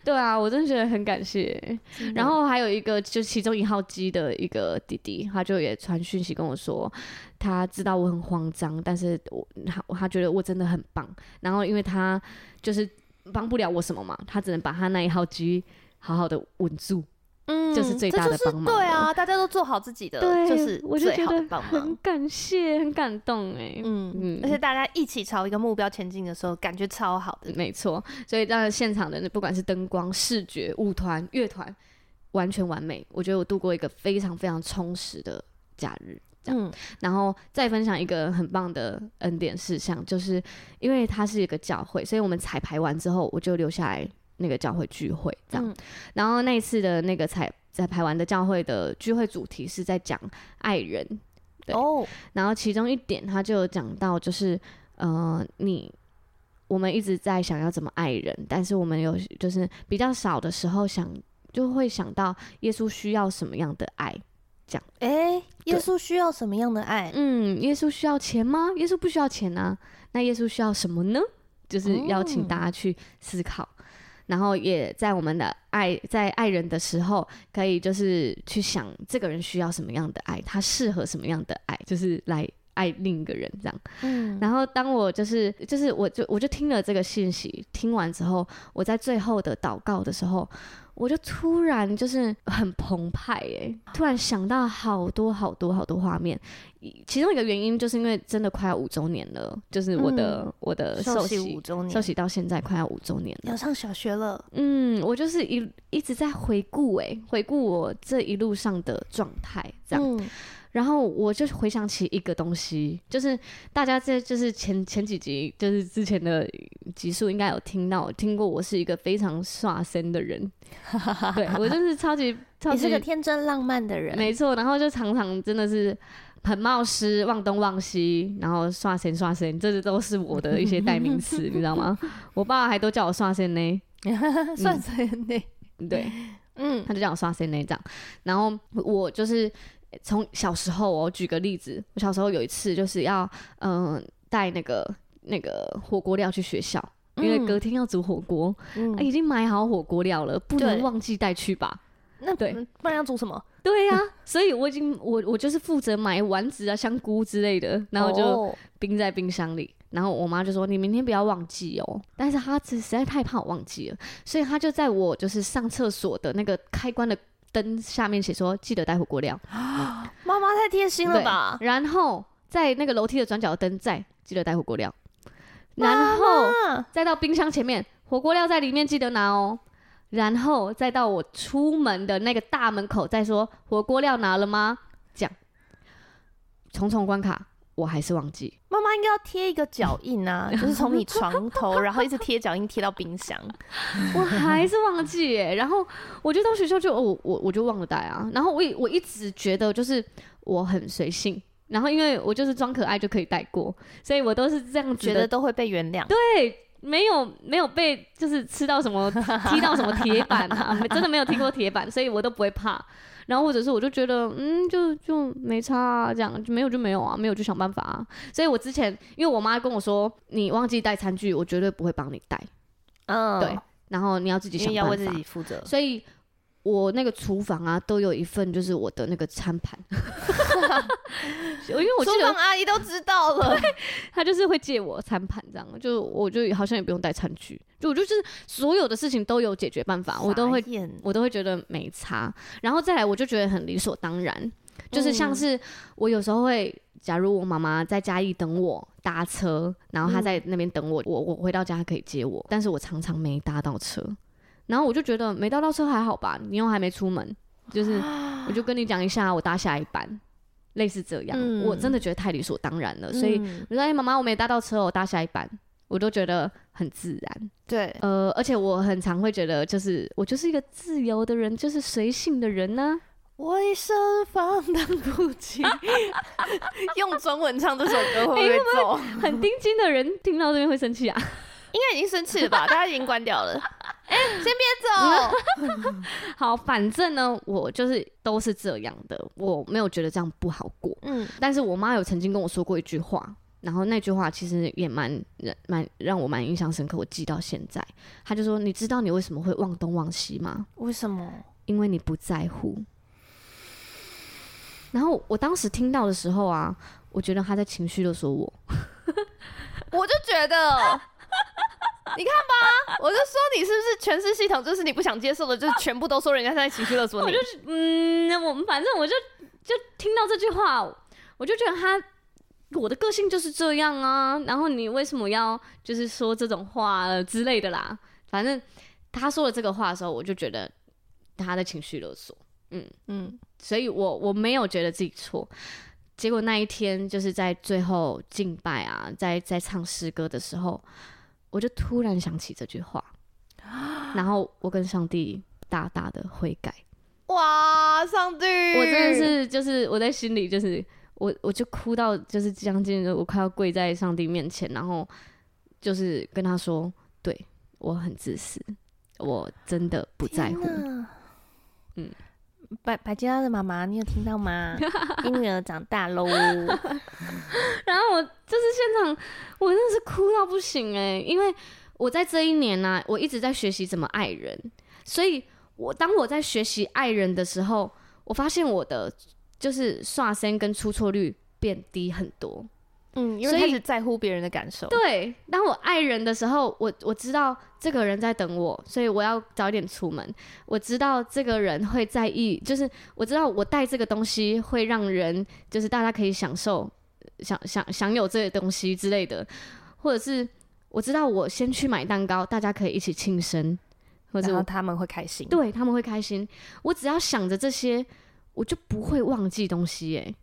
C: 对啊，我真的觉得很感谢欸、
B: 真的
C: 然后还有一个，就其中一号机的一个弟弟，他就也传讯息跟我说，他知道我很慌张，但是我他他觉得我真的很棒。然后因为他就是帮不了我什么嘛，他只能把他那一号机好好的稳住。
B: 嗯
C: 这是最大的
B: 这就是
C: 帮忙了
B: 对啊，大家都做好自己的，
C: 对，
B: 是
C: 我就
B: 最
C: 觉
B: 好
C: 得
B: 的帮
C: 很
B: 忙。
C: 感谢，很感动哎、
B: 嗯
C: 嗯
B: 而且大家一起朝一个目标前进的时候，感觉超好的。
C: 没错，所以让现场的不管是灯光、视觉、舞团、乐团，完全完美。我觉得我度过一个非常非常充实的假日。这
B: 嗯，
C: 然后再分享一个很棒的恩典事项，就是因为它是一个教会，所以我们彩排完之后，我就留下来那个教会聚会这样。
B: 嗯
C: 然后那一次的那个彩彩排完的教会的聚会主题是在讲爱人，对
B: 哦，
C: 然后其中一点他就有讲到，就是呃，你我们一直在想要怎么爱人，但是我们有就是比较少的时候想就会想到耶稣需要什么样的爱。
B: 哎，耶
C: 对
B: 稣需要什么样的 爱？
C: 嗯，耶稣需要钱吗？耶稣不需要钱啊。那耶稣需要什么呢？就是邀请大家去思考，然后也在我们的爱在爱人的时候，可以就是去想这个人需要什么样的爱，他适合什么样的爱，就是来爱另一个人这样。
B: 嗯，
C: 然后当我就是就是我就我就听了这个信息，听完之后，我在最后的祷告的时候，我就突然就是很澎湃诶、突然想到好多好多好多画面。其中一个原因就是因为真的快要五周年了，就是我的、
B: 嗯
C: 我的
B: 受
C: 受
B: 洗
C: 洗
B: 五周年
C: 受，洗到现在快要五周年了
B: 要。上小学了。
C: 嗯，我就是一一直在回顾诶、回顾我这一路上的状态这样。
B: 嗯
C: 然后我就回想起一个东西，就是大家在就是前前几集就是之前的集数应该有听到听过，我是一个非常刷身的人，对我就是超级超
B: 你是
C: 级
B: 个天真浪漫的人，
C: 没错，然后就常常真的是很冒失，忘东忘西，然后刷身刷身，这都是我的一些代名词，你知道吗？我爸还都叫我刷身呢，
B: 算谁呢？
C: 对，
B: 嗯
C: 他就叫我刷 C 那一张，然后我就是呃从小时候哦，举个例子，我小时候有一次就是要嗯、呃带那个那个火锅料去学校，因为
B: 嗯
C: 隔天要煮火锅、啊，
B: 嗯，
C: 已经买好火锅料了，不能
B: 对
C: 忘记带去吧？
B: 那
C: 对
B: 不然要煮什么？
C: 对呀、所以我已经我我就是负责买丸子啊、香菇之类的，然后就
B: 哦
C: 冰在冰箱里。然后我妈就说：“你明天不要忘记哦。”但是她实实在太怕我忘记了，所以她就在我就是上厕所的那个开关的灯下面写说：“记得带火锅料。
B: 妈妈太贴心了
C: 对
B: 吧”？
C: 然后在那个楼梯的转角灯再记得带火锅料，然后
B: 啊，
C: 再到冰箱前面，火锅料在里面记得拿哦。然后再到我出门的那个大门口再说：“火锅料拿了吗？”这样重重关卡，我还是忘记。
B: 妈妈应该要贴一个脚印 啊，就是从你床头，然后一直贴脚印贴到冰箱。
C: 我还是忘记耶。然后我就到学校就哦我我我就忘了带啊。然后我也我一直觉得就是我很随性，然后因为我就是装可爱就可以带过，所以我都 是这样子
B: 觉得
C: 的。
B: 都会被原谅。
C: 对，没有没有被就是吃到什么踢到什么铁板啊，真的没有踢过铁板，所以我都不会怕。然后或者是我就觉得，嗯，就就没差、啊，这样就没有就没有啊，没有就想办法啊。所以我之
B: 嗯
C: 前因为我妈跟我说，你忘记带餐具，我绝对不会帮你带，
B: 嗯，
C: 对，然后你要自己
B: 因
C: 想
B: 为
C: 办
B: 要为自
C: 法。
B: 己负责。
C: 所以我那个厨房啊，都有一份就是我的那个餐盘， 因为我记
B: 厨房
C: 得
B: 阿姨都知道 了，
C: 他就是会借我餐盘这样，就我就好像也不用带餐具，就我就是所有的事情都有解决办法，我都 会
B: 傻眼
C: 我都会觉得没差，然后再来我就觉得很理所当然，就是像
B: 嗯
C: 是我有时候会，假如我妈妈在嘉义等我搭车，然后她在那边等我，
B: 嗯
C: 我我回到家她可以接我，但是我常常没搭到车，然后我就觉得没搭 嗯到车还好吧，你又还没出门，就是我就跟你讲一下我搭下一班，类似这样，
B: 嗯
C: 我真的觉得太理所当然了。所以
B: 嗯
C: 我说：“哎、妈妈，我没搭到车哦，我搭下一班。”我都觉得很自然。
B: 对，
C: 呃，而且我很常会觉得，就是我就是一个自由的人，就是随性的人呢、
B: 我一生放荡不羁。 用中文唱这首歌会不会
C: 哎
B: 走？
C: 很钉金的人，听到这边会生气啊。
B: 应该已经生气了吧？大家已经关掉了。哎、先别走。
C: 好，反正呢，我就是都是这样的，我没有觉得这样不好过。
B: 嗯，
C: 但是我妈有曾经跟我说过一句话，然后那句话其实也蛮让蛮让我蛮印象深刻，我记到现在。她就说：“你知道你为什么会忘东忘西吗？
B: 为什么？
C: 因为你不在乎。”然后我当时听到的时候啊，我觉得她在情绪勒索我。
B: 我就觉 得，你看吧，我就说你是不是全是系统，就是你不想接受的，就是全部都说人家在情绪勒索你。
C: 嗯，那我们反正我就就听到这句话，我就觉得他我的个性就是这样啊，然后你为什么要就是说这种话呃之类的啦？反正他说了这个话的时候，我就觉得他在情绪勒索，
B: 嗯，
C: 所以我我没有觉得自己错。结果那一天就是在最后敬拜啊，在在唱诗歌的时候，我就突然想起这句话，然后我跟上帝大大的悔改。
B: 哇，上帝，
C: 我真的是就是我在心里就是我我就哭到就是将近我快要跪在上帝面前，然后就是跟他说，对我很自私，我真的不在乎。嗯
B: 嗯，百百吉拉的妈妈，你有听到 吗？你女儿长大喽。
C: 然后我就是现场，我真的是哭到不行哎、因为我在这一年呢、我一直在学习怎么爱人，所以我当我在学习爱人的时候，我发现我的就是刷身跟出错率变低很多。
B: 嗯，因
C: 所
B: 为
C: 以
B: 开始在乎别人的感受。
C: 对，当我爱人的时候，我我知道这个人在等我，所以我要早点出门。我知道这个人会在意，就是我知道我带这个东西会让人，就是大家可以享受、享享享有这些东西之类的，或者是我知道我先去买蛋糕，大家可以一起庆生，或者
B: 然后
C: 我
B: 他们会开心。
C: 对他们会开心。我只要想着这些，我就不会忘记东西、耶。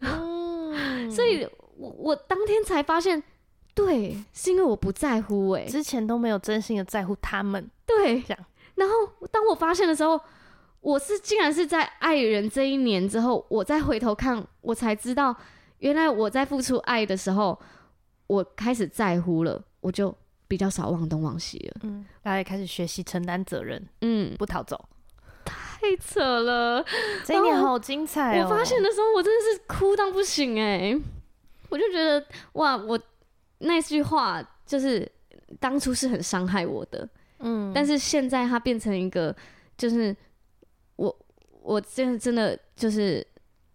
B: 嗯，
C: 所以我我当天才发现，对，是因为我不在乎哎、
B: 之前都没有真心的在乎他们。
C: 对
B: 这样。
C: 然后当我发现的时候，我是竟然是在爱人这一年之后，我再回头看，我才知道，原来我在付出爱的时候，我开始在乎了，我就比较少忘东忘西了。
B: 嗯，大家也开始学习承担责任，
C: 嗯，
B: 不逃走。
C: 太扯了！
B: 这一年好精彩哦！
C: 我发现的时候，我真的是哭到不行哎、我就觉得哇，我那句话就是当初是很伤害我的，
B: 嗯，
C: 但
B: 是
C: 是现在它变成一个，就是我我真的真的就是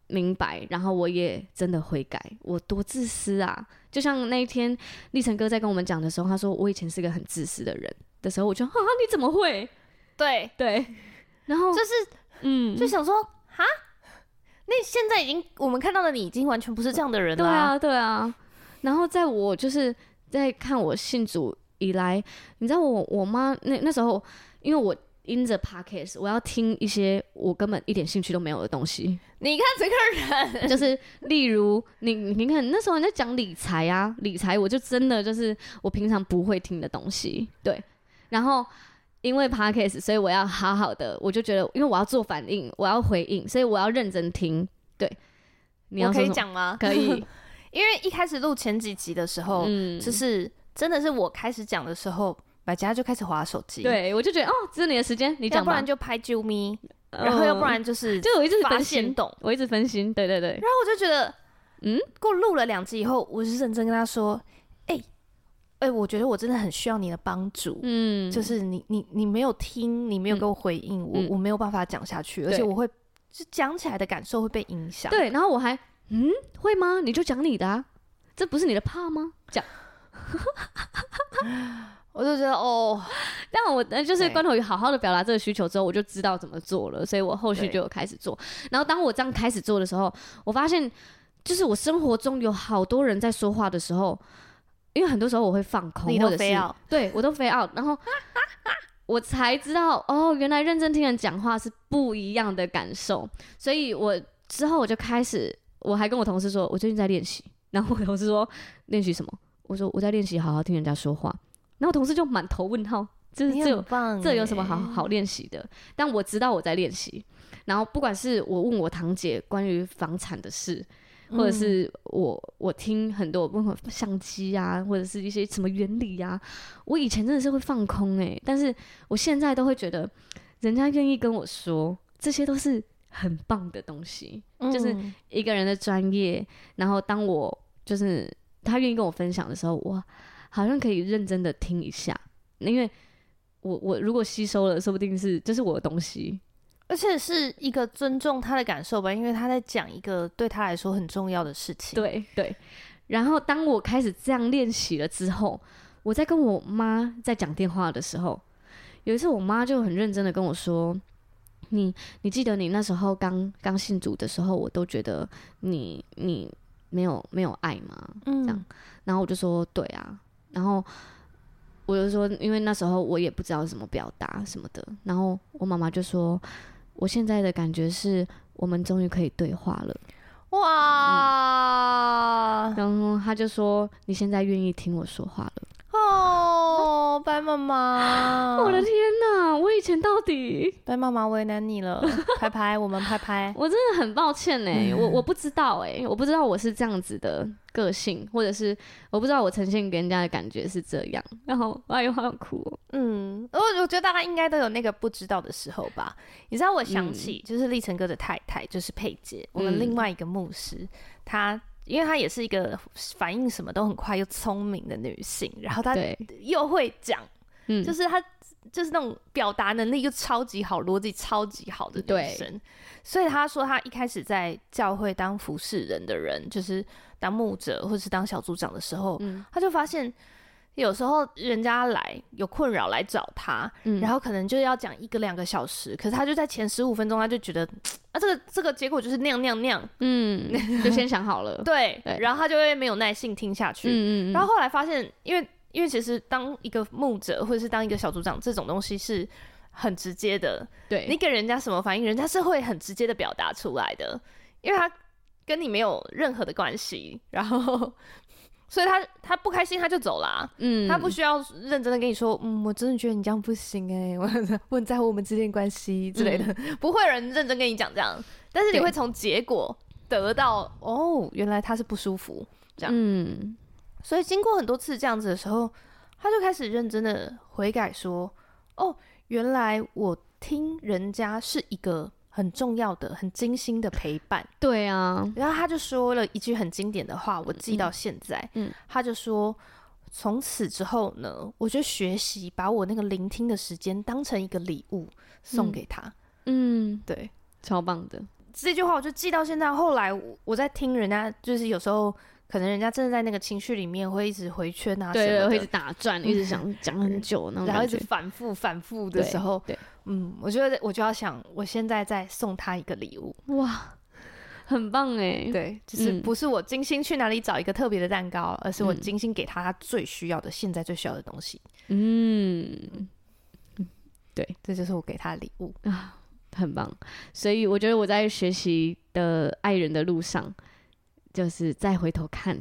C: 明白，然后我也真的悔改，我多自私啊！就像那一天立成哥在跟我们讲的时候，他说我以前是个很自私的人的时候，我就啊 你怎么会？
B: 对，
C: 对，然后
B: 就是
C: 嗯，
B: 就想说哈，那现在已经我们看到的你已经完全不是这样的人
C: 对
B: 了、
C: 啊，对啊。然后在我就是在看我信主以来，你知道我我妈那那时候，因为我因着 podcast，我要听一些我根本一点兴趣都没有的东西，
B: 你看这个人，
C: 就是例如你你看那时候人在讲理财啊，理财我就真的就是我平常不会听的东西，对。然后因为 podcast，所以我要好好的，我就觉得因为我要做反应，我要回应，所以我要认真听，对。 你要
B: 我
C: 说
B: 可以
C: 什么
B: 讲吗？
C: 可以，
B: 因为一开始录前几集的时候，
C: 嗯
B: 就是真的是我开始讲的时候，百家就开始划手机，，
C: 对，我就觉得哦，这是你的时间，你
B: 要
C: 讲
B: 不
C: 吧
B: 然。就拍啾咪，
C: 嗯
B: 然后要不然就是
C: 就我一直
B: 发
C: 分
B: 现
C: 心，
B: 懂，
C: 我一直分心，对对 对，
B: 然后我就觉得，
C: 嗯，
B: 过录了两集以后，我是认真跟他说，哎、哎、我觉得我真的很需要你的帮助。
C: 嗯，
B: 就是你你你没有听，你没有给我回应，我、
C: 嗯
B: 我没有办法讲下去，而且
C: 对
B: 我会就讲起来的感受会被影响。，
C: 对。然后我还嗯，会吗？你就讲你的啊，这不是你的怕吗？讲。
B: 我就觉得哦，
C: 但我呃就是
B: 对
C: 关头鱼好好的表达这个需求之后，我就知道怎么做了，所以我后续
B: 对
C: 就有开始做。然后当我这样开始做的时候，我发现就是我生活中有好多人在说话的时候，因为很多时候我会放空，
B: 你
C: 或
B: 都
C: 者是
B: 非要
C: 对我都非要，然后我才知道哦，原来认真听人讲话是不一样的感受，所以我之后我就开始我还跟我同事说，我最近在练习。然后我同事说练习什么？我说我在练习好好听人家说话。然后我同事就满头问号，就是
B: 你
C: 这有
B: 很棒欸，
C: 这有什么好好练习的？但我知道我在练习。然后不管是我问我堂姐关于房产的事，
B: 嗯
C: 或者是我我听很多问我相机啊，或者是一些什么原理啊，我以前真的是会放空诶、欸但是我现在都会觉得，人家愿意跟我说，这些都是很棒的东西。
B: 嗯，
C: 就是
B: 嗯
C: 一个人的专业，然后当我就是他愿意跟我分享的时候，我好像可以认真的听一下，因为我我如果吸收了，说不定是这是我的东西，
B: 而且是一个尊重他的感受吧，因为他在讲一个对他来说很重要的事情。
C: 对对。然后当我开始这样练习了之后，我在跟我妈在讲电话的时候，有一次我妈就很认真的跟我说：“你你记得你那时候刚刚信主的时候，我都觉得你你没有没有爱吗？
B: 嗯，
C: 这样然后我就说对啊，然后我就说，因为那时候我也不知道怎么表达什么的，然后我妈妈就说，我现在的感觉是我们终于可以对话了，
B: 哇、
C: 然后她就说你现在愿意听我说话了，
B: 哦，白妈妈，
C: 我的天哪，我以前到底
B: 白嗯妈妈为难你 了，拍拍，我们拍拍。
C: 我真的很抱歉哎、
B: 嗯
C: 我我不知道哎、我不知道我是这样子的个性，或者是我不知道我呈现给人家的感觉是这样，然后哎呦好想哭、哦，
B: 嗯，我我觉得大家应该都有那个不知道的时候吧。你知道，我想起、就是立成哥的太太，就是佩姐，我们
C: 嗯
B: 另外一个牧师，她因为她也是一个反应什么都很快又聪明的女性，然后她
C: 对，
B: 又会讲，
C: 嗯，
B: 就是她就是那种表达能力又超级好，逻辑超级好的女
C: 对
B: 生。所以她说，她一开始在教会当服侍人的人，就是当牧者或是当小组长的时候，
C: 嗯
B: 她就发现。有时候人家来有困扰来找她，
C: 嗯
B: 然后可能就要讲一个两个小时，可是她就在前十五分钟，她就觉得啊，这个这个结果就是那样那样那样，
C: 嗯，就先想好了。
B: 对，
C: 对
B: 然后她就会没有耐性听下去，
C: 嗯嗯嗯，
B: 然后后来发现，因为因为其实当一个牧者或者是当一个小组长这种东西是很直接的，
C: 对，
B: 你给人家什么反应，人家是会很直接的表达出来的，因为他跟你没有任何的关系，然后 所以他他不开心他就走啦。
C: 嗯
B: 他不需要认真的跟你说，嗯，我真的觉得你这样不行哎、我我很在乎我们之间的关系之类的， 不会有人认真跟你讲这样，但是你
C: 嗯对
B: 会从结果得到，哦，原来他是不舒服，
C: 嗯
B: 所以经过很多次这样子的时候，他就开始认真的悔改说：“哦，原来我听人家是一个很重要的、很精心的陪伴。
C: 对啊”，
B: 然后他就说了一句很经典的话，我记到现在。
C: 嗯
B: 他就说：“从此之后呢，我就学习把我那个聆听的时间当成一个礼物送给他。
C: 嗯，
B: 对，
C: 超棒的，
B: 这句话我就记到现在。后来我我在听人家，就是有时候可能人家真的在那个情绪里面会一直回圈啊什么
C: 对
B: 的，
C: 对，会一直打转，一直想讲很久那种
B: 然后一
C: 感
B: 直
C: 觉，
B: 反复反复的时候，
C: 对对
B: 嗯，我觉得我就要想，我现在在送他一个礼物，
C: 哇，很棒哎，
B: 对，就是
C: 嗯
B: 不是我精心去哪里找一个特别的蛋糕，而是我
C: 嗯
B: 精心给他他最需要的，现在最需要的东西，
C: 嗯，
B: 这就是我给他的礼物。
C: 啊很棒。所以我觉得我在学习的爱人的路上，就是再回头看，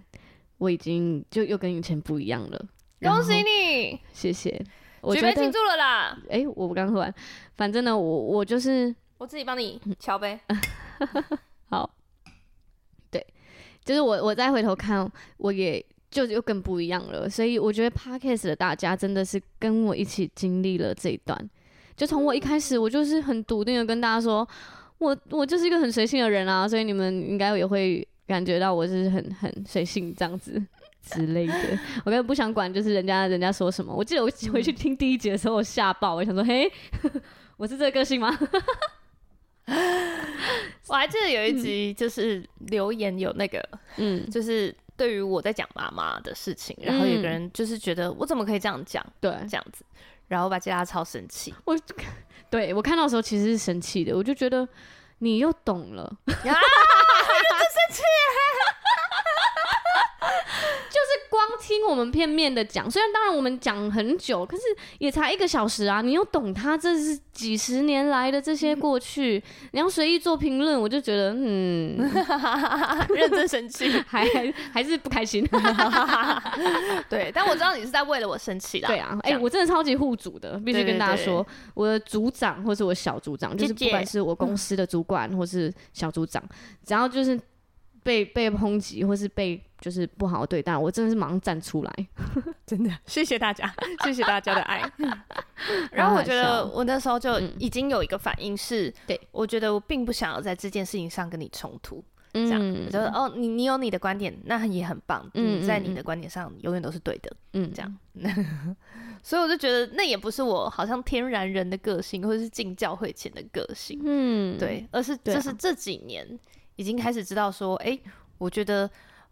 C: 我已经就又跟以前不一样了。然后
B: 恭喜你，
C: 谢谢。我
B: 举
C: 觉
B: 杯
C: 得
B: 庆，祝了啦！
C: 哎、我刚喝完，反正呢，我我就是
B: 我自己帮你敲杯。
C: 好，对，就是我我再回头看，我也就又更不一样了。所以我觉得 podcast 的大家真的是跟我一起经历了这一段。就从我一开始，我就是很笃定的跟大家说，我我就是一个很随性的人啊，所以你们应该也会感觉到我是很很随性这样子。 之类的，嗯我根本不想管，就是人家人家说什么。我记得我回去听第一集的时候，我吓爆，我想说，嘿， 我是这个个性吗？
B: 我还记得有一集就是留言有那个，
C: 嗯，
B: 就是对于我在讲妈妈的事情，然后有个人就是觉得我怎么可以这样讲
C: 对，
B: 这样子，然后把吉拉超生气。
C: 我对我看到的时候其实是生气的，我就觉得你又懂了，
B: 啊
C: 就是光光听我们片面的讲，虽然当然我们讲很久，可是也才一个小时啊。你又懂他这是几十年来的这些过去，你要随意做评论，我就觉得嗯，
B: 认真生气。
C: 还还是不开心。
B: 对，但我知道你是在为了我生气啦。
C: 对啊，
B: 这
C: 哎、
B: 样
C: 我真的超级护主的，必须
B: 对对
C: 跟大家
B: 对
C: 说，我的组长或是我小组长，就
B: 姐
C: 是
B: 嗯姐
C: 不管是我公司的主管或是小组长，只要就是被被抨击或是被就是不好对待，我真的是马上站出来。
B: 真的，谢谢大家，谢谢大家的爱。 然后
C: 啊
B: 我觉得我那时候就已经有一个反应是，
C: 嗯对
B: 我觉得我并不想要在这件事情上跟你冲突，
C: 这
B: 这样，我觉得哦，你你有你的观点，那也很棒，
C: 嗯
B: 嗯，在
C: 嗯
B: 你的观点上永远都是对的，
C: 嗯
B: 这样 所以我就觉得那也不是我好像天然人的个性，或者是进教会前的个性，
C: 嗯，
B: 对，而是
C: 对啊
B: 就是这几年已经开始知道说，哎、我觉得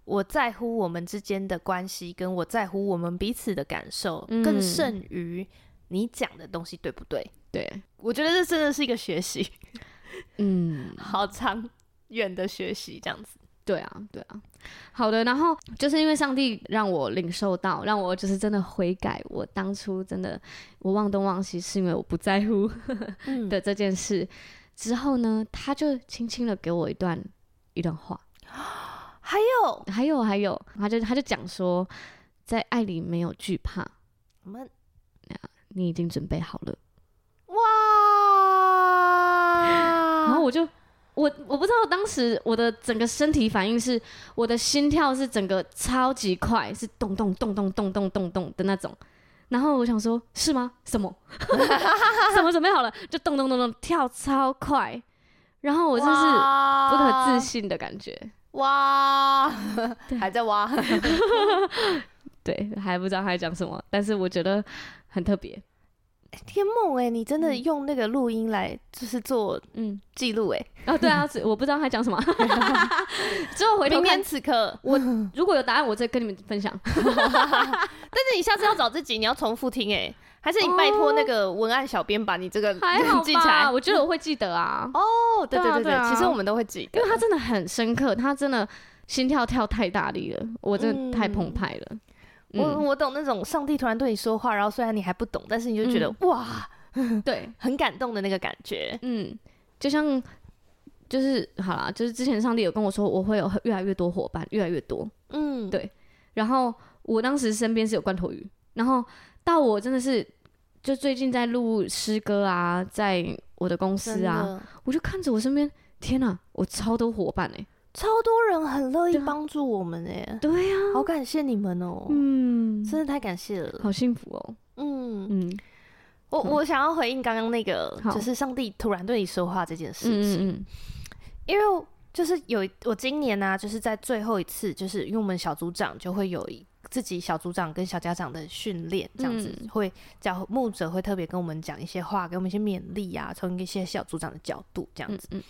B: 我在乎我们之间的关系，跟我在乎我们彼此的感受，
C: 嗯
B: 更胜于你讲的东西对不对？
C: 对，
B: 我觉得这真的是一个学习，
C: 嗯。
B: 好长远的学习，这样子。
C: 对啊，对啊，好的。然后就是因为上帝让我领受到，让我就是真的悔改。我当初真的我忘东忘西，是因为我不在乎
B: 嗯
C: 的这件事。之后呢，他就轻轻的给我一段一段话，
B: 还有
C: 还有还有，他就他就讲说，在爱里没有惧怕，
B: 我们
C: 你已经准备好了。然后
B: 哇，
C: 我就我我不知道当时我的整个身体反应是，我的心跳是整个超级快，是咚咚咚咚咚咚咚咚的那种。然后我想说，是吗？什么？ 什么准备好了？就咚咚咚咚跳超快，然后我真是不
B: 不
C: 可置信的感觉。
B: 哇，还在 挖，
C: 对，还不知道他在讲什么，但是我觉得很特别。
B: 天梦哎、你真的用那个录音来就是做
C: 嗯，
B: 记录哎、
C: 哦，对啊，我不知道他讲 什么，之后回头
B: 明
C: 看
B: 天，此刻，
C: 我如果有答案，我再跟你们分 享。
B: 但是你下次要找自己，你要重复听哎、还是你拜托那个文案小编把你这个
C: 还 好
B: 记起来
C: 吧，。我觉得我会记得啊。
B: 哦，对
C: 对啊
B: 对
C: 对啊
B: 其实我们都会记 得
C: 因为。他真的很深刻，他真的心跳跳太大力了，我真的太澎湃了。
B: 我
C: 嗯，
B: 我懂那种上帝突然对你说话，然后虽然你还不懂，但是你就觉得哇，
C: 对，
B: 很感动的那个感觉。
C: 嗯，就像就是好啦，就是之前上帝有跟我说，我会有越来越多伙伴，越来越多。
B: 嗯，
C: 对然后我当时身边是有罐头鱼，然后到我真的是就最近在录诗歌啊，在我的公
B: 真
C: 司
B: 的
C: 啊，，我就看着我身边，天哪、我超多伙伴哎、
B: 超多人很乐意
C: 对啊
B: 帮助我们哎，
C: 对呀、
B: 好感谢你们哦，
C: 嗯，
B: 真的太感谢了。
C: 好幸福哦，
B: 嗯，
C: 嗯
B: 我
C: 嗯
B: 我想要回应刚刚那个，
C: 好
B: 就是上帝突然对你说话这件事情，
C: 嗯嗯
B: 因为就是有一我今年呢、就是在最后一次，就是因为我们小组长就会有一自己小组长跟小家长的训练，这样子、
C: 嗯
B: 会教牧者会特别跟我们讲一些话，给我们一些勉励啊，从一些小组长的角度这样
C: 嗯
B: 子。
C: 嗯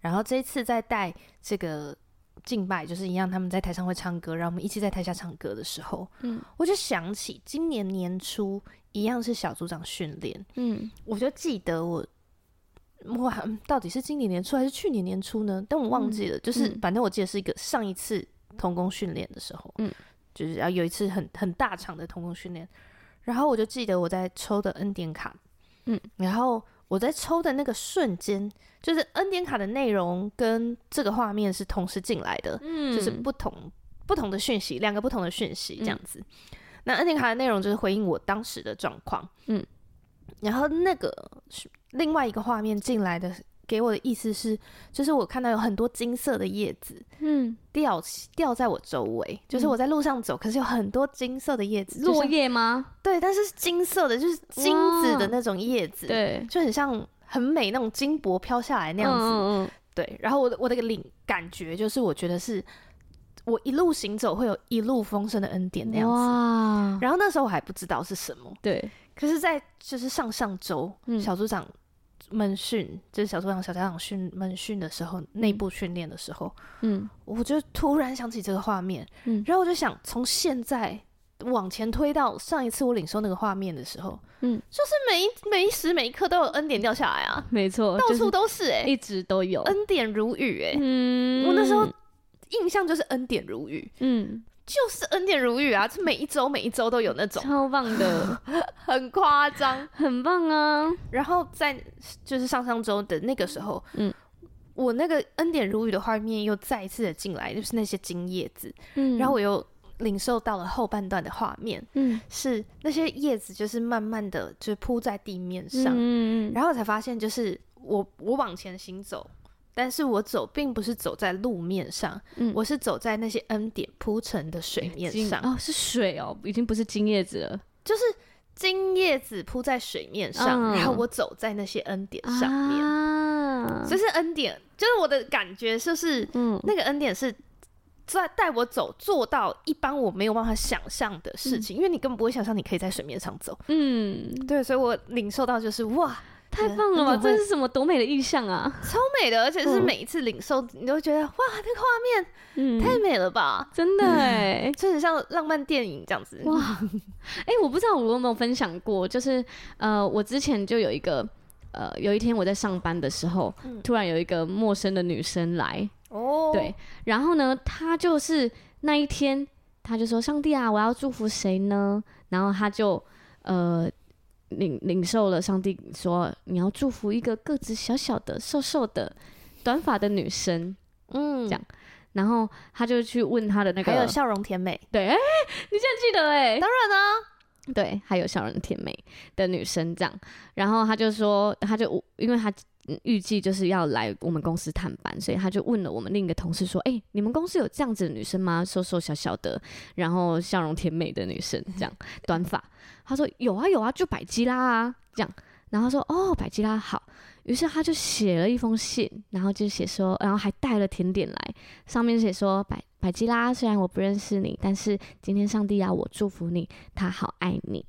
B: 然后这一次在带这个敬拜，就是一样，他们在台上会唱歌，然后我们一起在台下唱歌的时候，
C: 嗯
B: 我就想起今年年初一样是小组长训练。
C: 嗯
B: 我就记得我，我好像到底是今年年初还是去年年初呢？但我忘记了，就是
C: 嗯
B: 反正我记得是一个上一次童工训练的时候，
C: 嗯，
B: 就是啊有一次很很大场的童工训练，然后我就记得我在抽的恩典卡，
C: 嗯，
B: 然后我在抽的那个瞬间，就是恩典卡的内容跟这个画面是同时进来的，
C: 嗯嗯
B: 就是不同、不同的讯息，两个不同的讯息这样子。那恩典卡的内容就是回应我当时的状况，
C: 嗯，
B: 然后那个是另外一个画面进来的，给我的意思是，就是我看到有很多金色的叶子
C: 嗯，
B: 掉起掉在我周围，就是
C: 嗯
B: 我在路上走，可是有很多金色的叶子，就
C: 落
B: 像
C: 叶吗？
B: 对，但是是金色的，就是金子的那种叶子，，
C: 对，
B: 就很像很美那种金箔飘下来那样子，
C: 嗯嗯
B: 对，然后我的我的领感觉就是，我觉得是我一路行走会有一路丰盛的恩典那
C: 嗯，
B: 样子。
C: 哇，
B: 然后那时候我还不知道是什么，
C: 对，
B: 可是，在就是上上周、
C: 嗯
B: 小组长闷训，就是小组长小家长训闷训的时候，内部训练的时候，
C: 嗯
B: 我就突然想起这个画面，
C: 嗯
B: 然后我就想从现在往前推到上一次我领受那个画面的时候，
C: 嗯
B: 就是每一每一时每一刻都有恩典掉下来啊，
C: 没错，
B: 到
C: 哦就是
B: 处都是哎、
C: 一直都有。
B: 恩典如雨哎、
C: 嗯
B: 我那时候印象就是恩典如雨，
C: 嗯，
B: 就是恩典如雨啊，这每一周每一周都有那种，
C: 超棒 的，
B: 很夸张。
C: 很棒啊！
B: 然后在就是上上周的那个时候，
C: 嗯
B: 嗯，我那个恩典如雨的画面又再一次的进来，就是那些金叶子，
C: 嗯
B: 然后我又领受到了后半段的画面，
C: 嗯
B: 是那些叶子就是慢慢的就铺在地面上，
C: 嗯嗯
B: 然后我才发现就是我我往前行走。但是我走并不是走在路面上，
C: 嗯
B: 我是走在那些恩典铺成的水面
C: 金
B: 上，
C: 哦，是水哦，已经不是金叶子了
B: 就是金叶子铺在水面上，
C: 嗯
B: 然后我走在那些恩典上面，
C: 啊
B: 就是恩典，就是我的感觉，就是
C: 嗯
B: 那个恩典是在带我走，做到一般我没有办法想象的事情，因为你根本不会想象你可以在水面上走。
C: 嗯，
B: 对，所以我领受到就是哇，
C: 太棒了吧！
B: 嗯会
C: 这是什么多美的意象啊！
B: 超美的，而且是
C: 嗯
B: 每一次领受，你都觉得哇，那个画面
C: 嗯，
B: 太嗯美了吧，
C: 真的哎、
B: 就很像浪漫电影这样子。
C: 哇，哎、我不知道我有没有分享过，就是呃，我之前就有一个呃，有一天我在上班的时候，
B: 嗯
C: 突然有一个陌生的女生来，
B: 哦，
C: 对，然后呢，她就是那一天，她就说：“上帝啊，我要祝福谁呢？”然后她就呃。领领受了上帝说，你要祝福一个个子小小的、瘦瘦的、短发的女生，
B: 嗯，
C: 这样然后她就去问她的那个，
B: 还有笑容甜美，
C: 对，哎、你竟然记得哎、
B: 当然啊，
C: 对，还有小人甜美的女生这样，然后他就说，他就因为他嗯预计就是要来我们公司探班，所以他就问了我们另一个同事说：“哎、你们公司有这样子的女生吗？瘦瘦小小的，然后笑容甜美的女生，这样短发？”他说：“有啊有啊，就百基拉啊，这样。”然后他说：“哦，百基拉好。”于是他就写了一封信，然后就写说，然后还带了甜点来，上面写说：“百百基拉，虽然我不认识你，但是今天上帝要我祝福你，他好爱你。”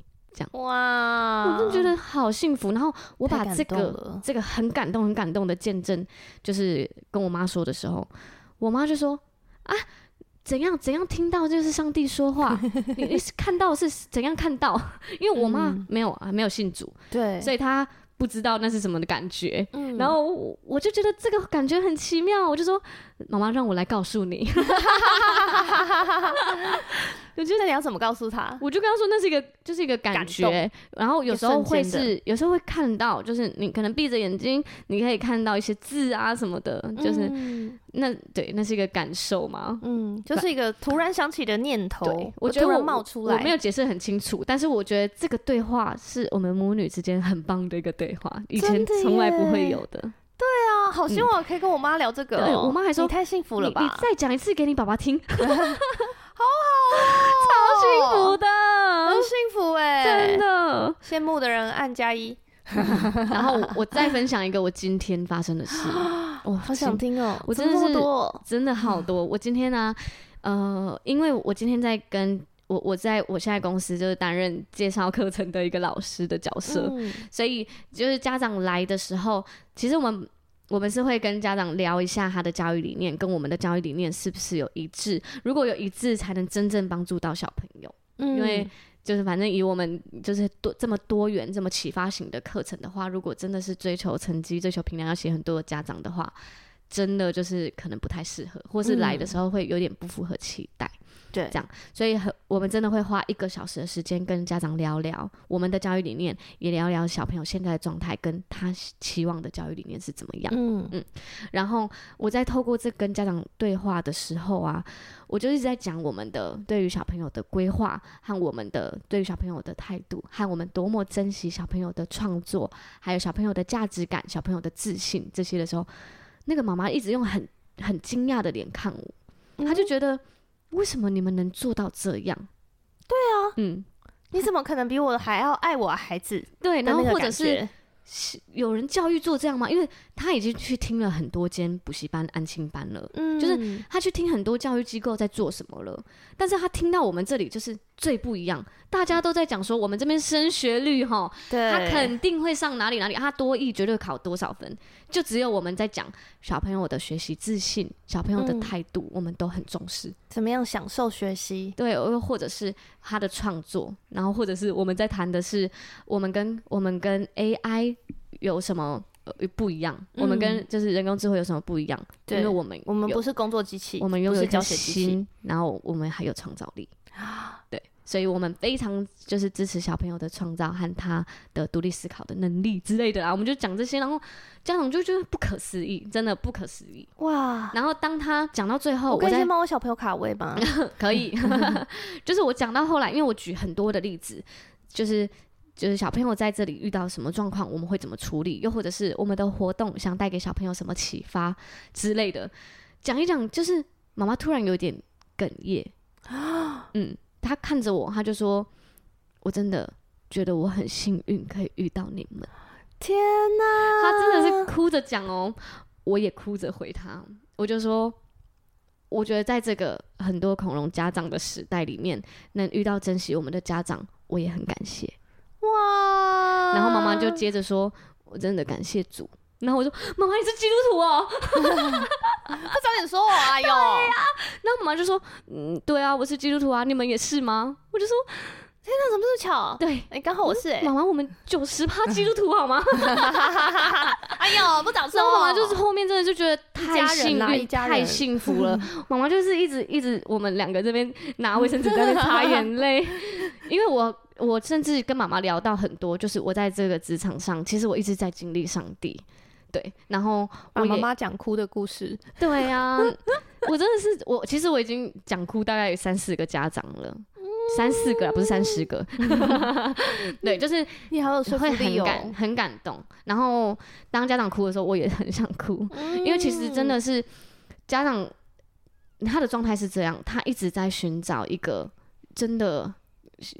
B: 哇，
C: 我真的觉得好幸福。然后我把
B: 啊太感
C: 这
B: 动
C: 个
B: 了
C: 这个很感动、很感动的见证，就是跟我妈说的时候，我妈就说：“啊，怎样怎样听到就是上帝 说话，你你是看到是怎样看到？ 因为我妈
B: 嗯
C: 没有啊，没有信主，
B: 对，
C: 所以她不知道那是什么的感觉。”
B: 嗯
C: 然后我我就觉得这个感觉很奇妙，我就说妈妈让我来告诉你，
B: 我觉得你要怎么告诉他？
C: 我就跟他说那是一个，就是一个感
B: 感
C: 觉。然后有时候
B: 一瞬
C: 会
B: 间的
C: 是，有时候会看到，就是你可能闭着眼睛，你可以看到一些字啊什么的，就是、
B: 嗯
C: 那对，那是一个感受嘛。
B: 嗯，就是一个突然想起的念头
C: 对，，我觉得
B: 突
C: 我
B: 然冒出
C: 我
B: 来，
C: 没有解释得很清楚，但是我觉得这个对话是我们母女之间很棒的一个对话，以前
B: 真的
C: 从来不会
B: 耶
C: 有的。
B: 啊，好希望我可以跟我妈聊这个
C: 嗯对
B: 哦。
C: 我妈还说
B: 你太幸福了吧，哦
C: 你你再讲一次给你爸爸听，好
B: 好
C: 幸福
B: 哦，
C: 的，
B: 很幸福哎，
C: 真，的。
B: 羡慕的人按加一，
C: 然后我 我再分享一个我今天发生的事，哇，
B: 好想听哦，
C: 我
B: 怎么
C: 真的
B: 这么 多，
C: 真的好多。我今天呢、呃，因为我今天在跟我我在我现在公司就是担任介绍课程的一个老师的角色，
B: 嗯
C: 所以就是家长来的时候，其实我们。我们是会跟家长聊一下他的教育理念，跟我们的教育理念是不是有一致？如果有一致，才能真正帮助到小朋友。
B: 嗯
C: 因为就是反正以我们就是多这么多元、这么启发型的课程的话，如果真的是追求成绩、追求评量，要写很多的家长的话，真的就是可能不太适合，或是来的时候会有点不符合期待。
B: 嗯对
C: 这样所以很我们真的会花一个小时的时间跟家长聊聊我们的教育理念，也聊聊小朋友现在的状态跟他期望的教育理念是怎么样。
B: 嗯
C: 然后我在透过这跟家长对话的时候啊，我就一直在讲我们的对于小朋友的规划和我们的对于小朋友的态度，和我们多么珍惜小朋友的创作，还有小朋友的价值感、小朋友的自信这些的时候，那个妈妈一直用很很惊讶的脸看我，她就觉得为什么你们能做到这样？对啊，嗯，
B: 你怎么可能比我还要爱我孩子？
C: 对，然后或者是
B: 的那个感觉
C: 是有人教育做这样吗？因为她已经去听了很多间补习班、安亲班了。
B: 嗯，
C: 就是他去听很多教育机构在做什么了，但是他听到我们这里就是最不一样，大家都在讲说我们这边升学率哈，
B: 对，
C: 他肯定会上哪里哪里，他多艺绝对考多少分，就只有我们在讲小朋友的学习自信、小朋友的
B: 嗯
C: 态度，我们都很重视。
B: 怎么样享受学习？
C: 对，又或者是他的创作，然后或者是我们在谈的是我们跟我们跟 AI 有什么呃不一样，我们跟就是人工智慧有什么不一样？
B: 嗯对
C: 因为我们
B: 我们
C: 有
B: 不是工作机器，
C: 我们
B: 不
C: 拥有
B: 是
C: 一颗
B: 教学机器
C: 心，然后我们还有创造力，
B: 啊，
C: 所以我们非常就是支持小朋友的创造和他的独立思考的能力之类的啦。我们就讲这些，然后家长就觉得不可思议，真的不可思议。
B: 哇！
C: 然后当他讲到最后，
B: 我
C: 我
B: 可以
C: 在
B: 先帮我小朋友卡位 吗？
C: 可以， 就是我讲到后来，因为我举很多的例子，就是就是小朋友在这里遇到什么状况，我们会怎么处理，又或者是我们的活动想带给小朋友什么启发之类的，讲一讲，就是妈妈突然有点哽咽，嗯，她看着我，她就说，我真的觉得我很幸运可以遇到你们，
B: 天哪，
C: 她真的是
B: 啊
C: 哭着讲哦，我也哭着回她，我就说，我觉得在这个很多恐龙家长的时代里面，能遇到珍惜我们的家长，我也很感谢。
B: 哇！
C: 然后妈妈
B: 啊
C: 就接着说，我真的感谢主。然后我说：“妈妈，你是基督徒哦。
B: 他早点说我啊，哟，那”
C: 然后妈妈就说：“嗯，对啊，我是基督徒啊，你们也是吗？”我就说
B: 怎么这么巧：“？
C: 对，嗯
B: 哎，刚好我是哎，
C: 妈妈，我们九十趴基督徒好吗？”
B: 哎呦，不早说，
C: 然后妈妈就是后面真的就觉得太
B: 一
C: 幸
B: 家人啦一
C: 运、
B: 家人嗯
C: 太幸福了。妈妈就是一直一直我们两个这边拿卫生纸在那边擦眼泪， 因为我我甚至跟妈妈聊到很多，就是我在这个职场上，其实我一直在经历上帝。对，然后
B: 把
C: 我
B: 妈
C: 也
B: 妈讲哭的故事，
C: 对啊，我真的是我，其实我已经讲哭大概有三四个家长了，
B: 嗯
C: 三四个啊不是三 十个，对，就是
B: 你好有说服
C: 会
B: 力
C: 很感
B: 哦。
C: 很感动。然后当家长哭的时候，我也很想哭，
B: 因
C: 因为其实真的是家长他的状态是这样，他一直在寻找一个真的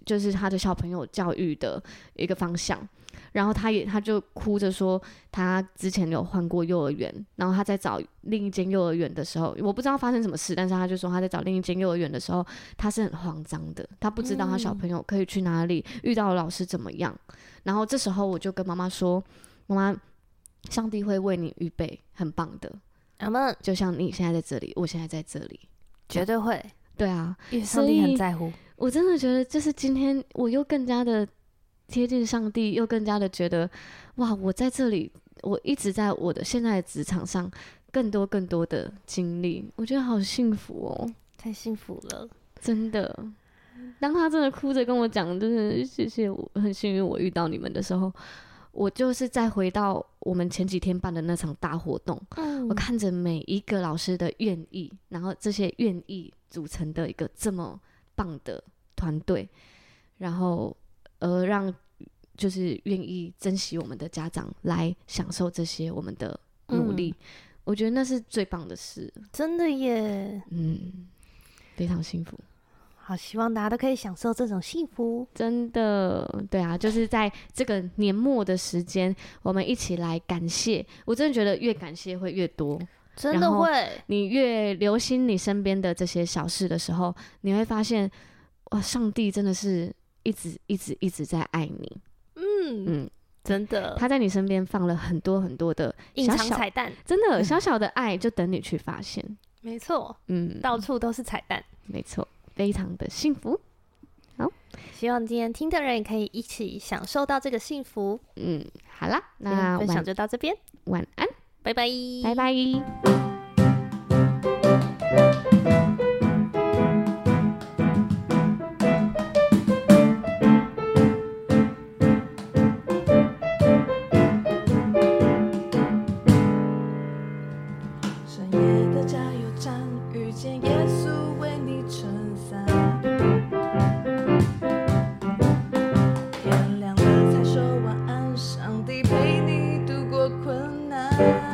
C: 就是他的小朋友教育的一个方向。然后他也他就哭着说，他之前有换过幼儿园，然后他在找另一间幼儿园的时候，我不知道发生什么事，但是他就说他在找另一间幼儿园的时候，他是很慌张的，他不知道他小朋友可以去哪里，遇到老师怎么样。然后这时候我就跟妈妈说，妈妈，上帝会为你预备很棒的，
B: 咱们
C: 就像你现在在这里，我现在在这里。
B: 绝对会，
C: 对啊，
B: 因为
C: 所
B: 上帝很
C: 以
B: 在乎。
C: 我真的觉得，就是今天我又更加的贴近上帝，又更加的觉得，哇，我在这里，我一直在我的现在的职场上，更多更多的经历，我觉得好幸福哦，
B: 太幸福了，
C: 真的。当他真的哭着跟我讲，就是谢谢我，很幸运我遇到你们的时候，我就是再回到我们前几天办的那场大活动，
B: 嗯
C: 我看着每一个老师的愿意，然后这些愿意组成的一个这么棒的团队，然后呃让就是愿意珍惜我们的家长来享受这些我们的努力，我觉得那是最棒的事，
B: 真的耶，
C: 嗯，非常幸福，
B: 好希望大家都可以享受这种幸福。
C: 真的，对啊，就是在这个年末的时间，我们一起来感谢，我真的觉得越感谢会越多，
B: 真
C: 然
B: 的
C: 后
B: 会，
C: 你越留心你身边的这些小事的时候，你会发现，哇，上帝真的是一直一直一直在爱你。
B: 嗯，
C: 嗯，
B: 真的，
C: 他在你身边放了很多很多的
B: 隐藏
C: 小小
B: 彩蛋，
C: 真的小小的爱，就等你去发现。
B: 没错，
C: 嗯，
B: 到处都是彩蛋。
C: 没错，非常的幸福。嗯
B: 希望今天听的人也可以一起享受到这个幸福。
C: 嗯，好啦，
B: 今天
C: 那
B: 分享
C: 晚
B: 就到这边，
C: 晚安，
B: 拜拜，
C: 拜拜。
A: 深夜的加油站，遇见耶稣为你撑伞。天亮了才说晚安，上帝陪你度过困难。